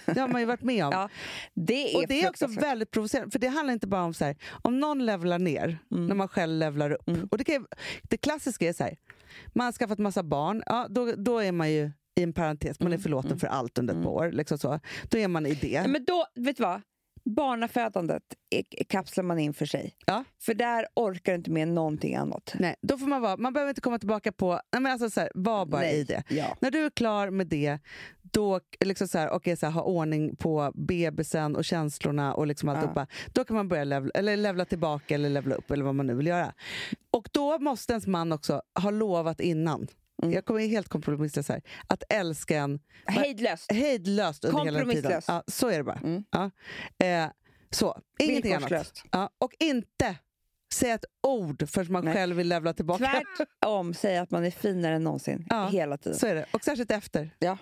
S2: det har man ju varit med om.
S1: Ja, Det är
S2: och det är också
S1: fruktansvärt.
S2: väldigt provocerande, för det handlar inte bara om så här, om någon levlar ner
S1: Mm.
S2: när man själv levlar upp. Och det, kan, ju- det klassiska är så här, man har skaffat massa barn, ja, då, då är man ju i en parentes, man är förlåten för allt under ett par år. Liksom så. Då är man i det.
S1: Nej, Mm, Men då, vet du vad? Barnafödandet är- kapslar man in för sig.
S2: Ja.
S1: För där orkar du inte med någonting annat.
S2: Nej, då får man vara, man behöver inte komma tillbaka på, nej men alltså så här, var bara
S1: Nej.
S2: i det.
S1: Ja.
S2: När du är klar med det, då liksom så här, okej, så här, ha ordning på bebisen och känslorna och liksom alltihopa. Då kan man börja levla, eller levla tillbaka eller levla upp eller vad man nu vill göra. Och då måste ens man också ha lovat innan,
S1: Mm.
S2: jag kommer ju helt kompromisslös här, att älska en
S1: Hejdlöst.
S2: hejdlöst under hela den tiden.
S1: Kompromisslös.
S2: Ja, så är det bara.
S1: Mm.
S2: Ja. Eh, så, ingenting annat.
S1: Villkorslöst.
S2: Ja, och inte säga ett ord förrän man
S1: Nej.
S2: själv vill levla tillbaka.
S1: Tvärtom säga att man är finare än någonsin.
S2: Ja.
S1: Hela tiden.
S2: Så är det. Och särskilt efter.
S1: Ja.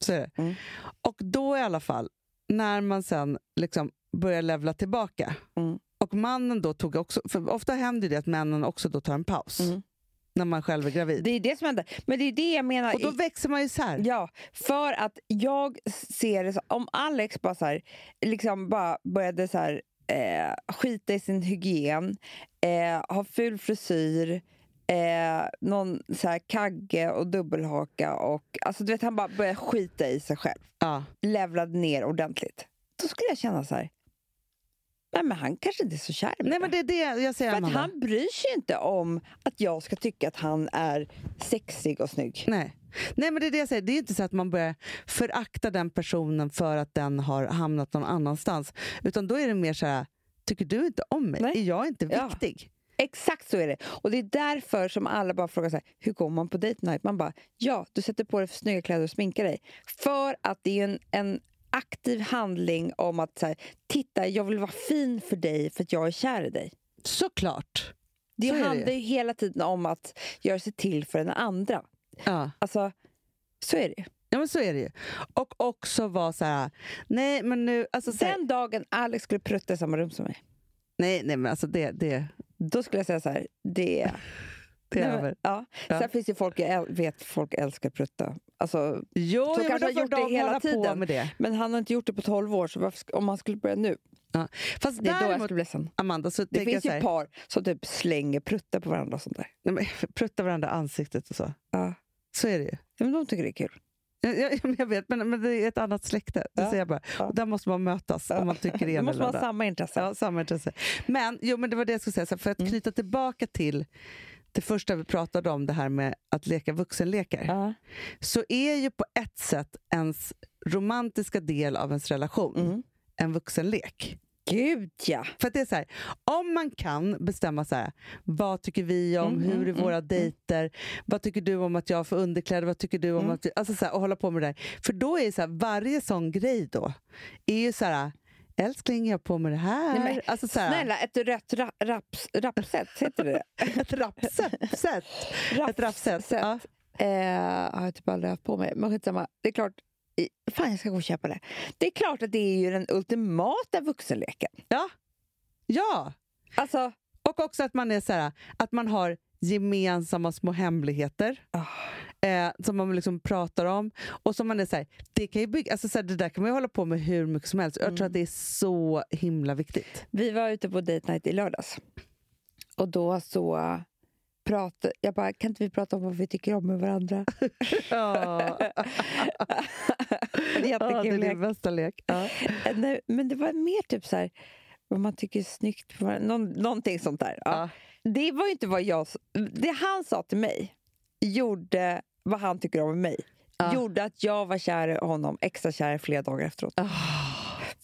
S2: så är det.
S1: Mm.
S2: Och då i alla fall, när man sen liksom börjar levla tillbaka.
S1: Mm.
S2: Och mannen då tog också, för ofta händer ju det att männen också då tar en paus
S1: Mm.
S2: när man själv är gravid.
S1: Det är det som händer. Men det är det jag menar.
S2: och då
S1: i-
S2: växer man ju isär.
S1: Ja, för att jag ser det så, om Alex bara, så här, liksom bara började så här, eh, skita i sin hygien, eh, ha ful frisyr, eh, någon så här kagge och dubbelhaka och alltså du vet han bara började skita i sig själv,
S2: Ja.
S1: levlade ner ordentligt. Då skulle jag känna så här, nej men han kanske inte är så kär i mig
S2: Nej men det är det jag säger
S1: För att
S2: Amanda.
S1: han bryr sig inte om att jag ska tycka att han är sexig och snygg.
S2: Nej. Nej men det är det jag säger, det är ju inte så att man börjar förakta den personen för att den har hamnat någon annanstans. Utan då är det mer så här, tycker du inte om mig?
S1: Nej.
S2: Är jag inte
S1: Ja.
S2: viktig?
S1: Exakt så är det. Och det är därför som alla bara frågar så här, hur går man på date night? Man bara, ja, du sätter på dig för snygga kläder och sminkar dig. För att det är ju en, en aktiv handling om att så här, titta, jag vill vara fin för dig för att jag är kär i dig.
S2: Såklart.
S1: Det
S2: Så är det ju.
S1: handlar ju hela tiden om att göra sig till för den andra.
S2: Ja.
S1: Alltså, så är det ju.
S2: ja men så är det ju. Och också vara så här, nej men nu, alltså, så här,
S1: Den dagen Alex skulle prutta i samma rum som mig,
S2: nej, nej men alltså det, det,
S1: då skulle jag säga så här, det är...
S2: det är
S1: Nej, men-
S2: över.
S1: Ja.
S2: Ja.
S1: Sen finns det ju folk, jag äl- vet folk älskar prutta. Alltså,
S2: Jo,
S1: Så
S2: ja, men
S1: kanske
S2: då
S1: har
S2: får
S1: gjort det
S2: de
S1: hela
S2: hålla på
S1: tiden.
S2: med det.
S1: men han har inte gjort det på 12 år, så varför, sk- om han skulle börja nu,
S2: Fast
S1: det är då jag
S2: däremot,
S1: skulle bli ledsen.
S2: Amanda, så
S1: Det
S2: tänker
S1: finns
S2: jag så
S1: ju
S2: här,
S1: par som typ slänger pruttar på varandra och sånt där.
S2: nej, men, prutta varandra i ansiktet och så.
S1: Ja.
S2: Så är det ju.
S1: Ja, Men de tycker det är kul.
S2: Jag, jag, men jag vet, men, men det är ett annat släkte. Det
S1: Ja.
S2: säger jag bara.
S1: Ja.
S2: Och där måste man mötas
S1: Ja.
S2: om man tycker det
S1: Då
S2: ena
S1: måste
S2: eller
S1: man
S2: andra.
S1: ha samma intresse.
S2: Ja, samma intresse. Men, jo, men det var det jag skulle säga. Så för att
S1: Mm.
S2: knyta tillbaka till det första vi pratade om, det här med att leka vuxenlekar,
S1: Ja.
S2: så är ju på ett sätt ens romantiska del av ens relation
S1: Mm.
S2: en vuxenlek.
S1: Gud ja!
S2: För att det är så här, om man kan bestämma så här, vad tycker vi om,
S1: Mm,
S2: hur
S1: mm,
S2: är
S1: mm,
S2: våra
S1: mm.
S2: dejter, vad tycker du om att jag har för underkläder, vad tycker du om
S1: Mm.
S2: att vi, alltså så här, och hålla på med det där. För då är det så här, varje sån grej då är ju så här, älskling jag har på med det här.
S1: Nej, men
S2: alltså så här,
S1: Snälla, ett rött ra- raps, rapset, heter det
S2: Ett rapset. Sätt.
S1: Raps,
S2: Ett rapset.
S1: sätt.
S2: Ja.
S1: Eh, har jag typ aldrig haft på mig, men skitsamma. Det är klart, i- fan jag ska gå och köpa det. Det är klart att det är ju den ultimata vuxenleken.
S2: ja,
S1: Alltså,
S2: och också att man är så här, att man har gemensamma små hemligheter.
S1: ah,
S2: eh, som man liksom pratar om. Och som man är så här, det, kan ju bygga, alltså så här, det där kan man ju hålla på med hur mycket som helst. Jag tror
S1: Mm.
S2: att det är så himla viktigt.
S1: Vi var ute på date night i lördags. Och då så pratade jag bara, kan inte vi prata om vad vi tycker om med varandra?
S2: Ja,
S1: Det är
S2: det är
S1: jättekul.
S2: din bästa lek. Ja.
S1: Eh, nej, men det var mer typ så här, vad man tycker är snyggt på varandra. Någon, någonting sånt där. Ja.
S2: Ja.
S1: Det var ju inte vad jag... s- Det han sa till mig gjorde vad han tycker om mig.
S2: Ja.
S1: Gjorde att jag var kär i honom, extra kär i flera dagar efteråt.
S2: Ah.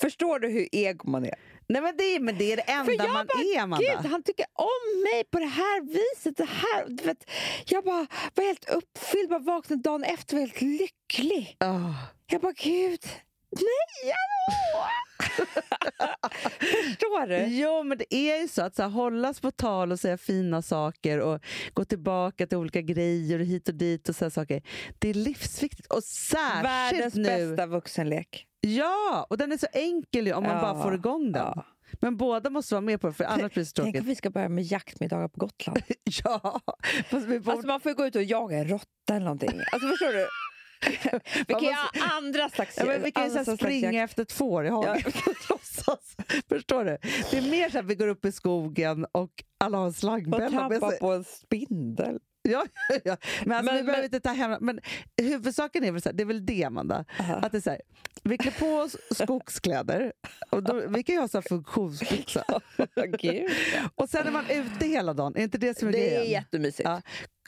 S1: Förstår du hur ego man är?
S2: Nej, men, det, är- men det är det
S1: För
S2: enda
S1: jag
S2: man är, Amanda.
S1: Gud, han tycker om mig på det här viset. Det här, du vet, jag bara var helt uppfylld, bara vaknade dagen efter och var helt lycklig.
S2: Ah.
S1: Jag bara, gud, nej! hallå! Förstår du?
S2: Jo, men det är ju så att så här, hållas på tal och säga fina saker och gå tillbaka till olika grejer och hit och dit och sådana saker. Det är livsviktigt. Och särskilt
S1: Världens
S2: nu.
S1: bästa vuxenlek.
S2: Ja, och den är så enkel ju, om man
S1: Ja,
S2: bara får igång den.
S1: ja.
S2: Men båda måste vara med på det, för annars blir det så
S1: Tänk
S2: tråkigt.
S1: om vi ska börja med jaktmiddagar på Gotland.
S2: Ja, fast vi borde...
S1: Alltså man får ju gå ut och jaga en råtta eller någonting. Alltså förstår du? Vi kan ju ha andra slags
S2: ja, men vi kan ju
S1: andra
S2: så här
S1: slags
S2: springa
S1: jakt.
S2: efter ett får i hagen. Låtsas. Förstår du? Det är mer så att vi går upp i skogen och alla har en
S1: och
S2: slangbella med
S1: trampa
S2: sig.
S1: på en spindel.
S2: Ja, ja. Men,
S1: Men-
S2: alltså, vi behöver
S1: men-
S2: inte ta hem... Men huvudsaken är väl, så här, det är väl det, Amanda.
S1: Aha.
S2: Att det är så här, vi klär på oss skogskläder. Och då, vi kan ju ha så här funktionsbyxa. Alltså,
S1: Gud.
S2: Och sen är man ute hela dagen. Är inte det som är
S1: Det är
S2: grejen?
S1: jättemysigt.
S2: Ja.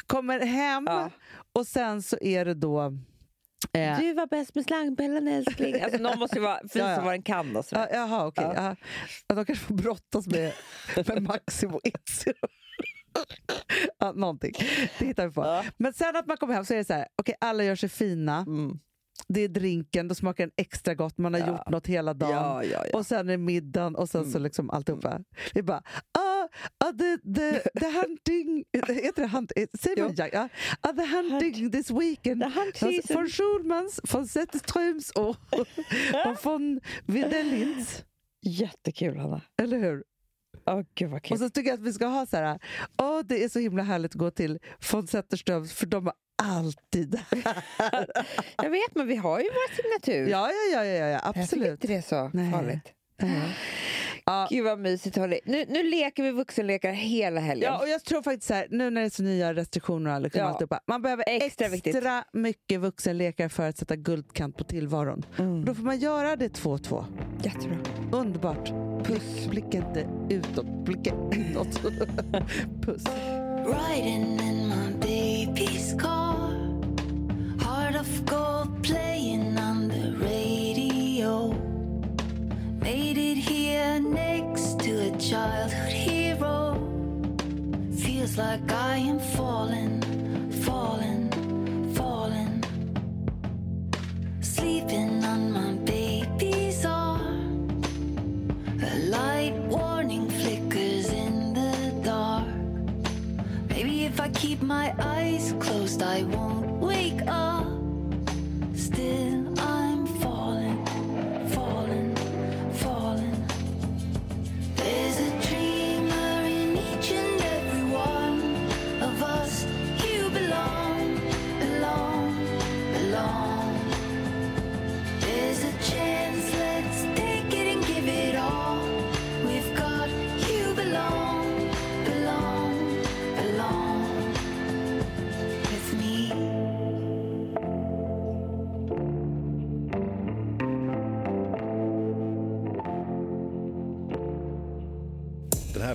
S2: Kommer hem
S1: Ja.
S2: och sen så är det då... Eh,
S1: Du var bäst med slangbällan älskling. Alltså, någon måste ju vara fin
S2: Ja, ja.
S1: som vad den kan. Och
S2: Ja,
S1: sådär.
S2: jaha, okej.
S1: Ja.
S2: Ja. Ja, de kanske får brottas med, med Maximo och Itzy. ja, någonting. Det hittar vi på.
S1: Ja.
S2: Men sen att man kommer hem så är det så här, okej alla gör sig fina,
S1: Mm.
S2: det är drinken, då smakar den extra gott, man har
S1: Ja.
S2: gjort något hela dagen.
S1: ja, ja, Mm. ja.
S2: Och sen är middagen och sen så liksom alltihopa. Vi bara, ah, ah, the, the, the hunting, heter det hunting? Säger man
S1: Jo.
S2: Jack? Ah, ah, the hunting this weekend.
S1: Det hann
S2: Alltså,
S1: precis-
S2: Från Schulmans, från Zetterströms och, och från Vindelins.
S1: Jättekul, Hanna.
S2: Eller hur?
S1: Åh, gud vad kul.
S2: Och så tycker jag att vi ska ha så här, åh det är så himla härligt att gå till von Zetterströms för de har alltid det här.
S1: jag vet, men vi har ju vår signatur.
S2: Ja, ja, ja, ja, ja
S1: jag tycker
S2: absolut.
S1: inte det är så
S2: Nej.
S1: farligt.
S2: Ja. Ja.
S1: Gud vad mysigt. Hörni. Nu, nu leker vi vuxenlekar hela helgen.
S2: Ja, och jag tror faktiskt så här, nu när det är så nya restriktioner och liksom
S1: Ja.
S2: alltihopa, man behöver
S1: Extra
S2: extra,
S1: viktigt.
S2: mycket vuxenlekar för att sätta guldkant på tillvaron.
S1: Mm.
S2: Då får man göra det två och två.
S1: Jättebra.
S2: Underbart. Puss. Blicka inte utåt, blicka inåt. Puss.
S4: Riding in my baby's car. Heart of gold playing on the radio. Made it here next to a childhood hero. Feels like I am falling, falling, falling. Sleeping on my baby's arm. A light warning flickers in the dark. Maybe if I keep my eyes closed, I won't wake up. Still, I'm falling, falling, falling. There's a dreamer in each and every one of us. You belong, belong, belong. There's a chance, let's take it and give it all. We've got you belong, belong, belong with me.
S5: Den här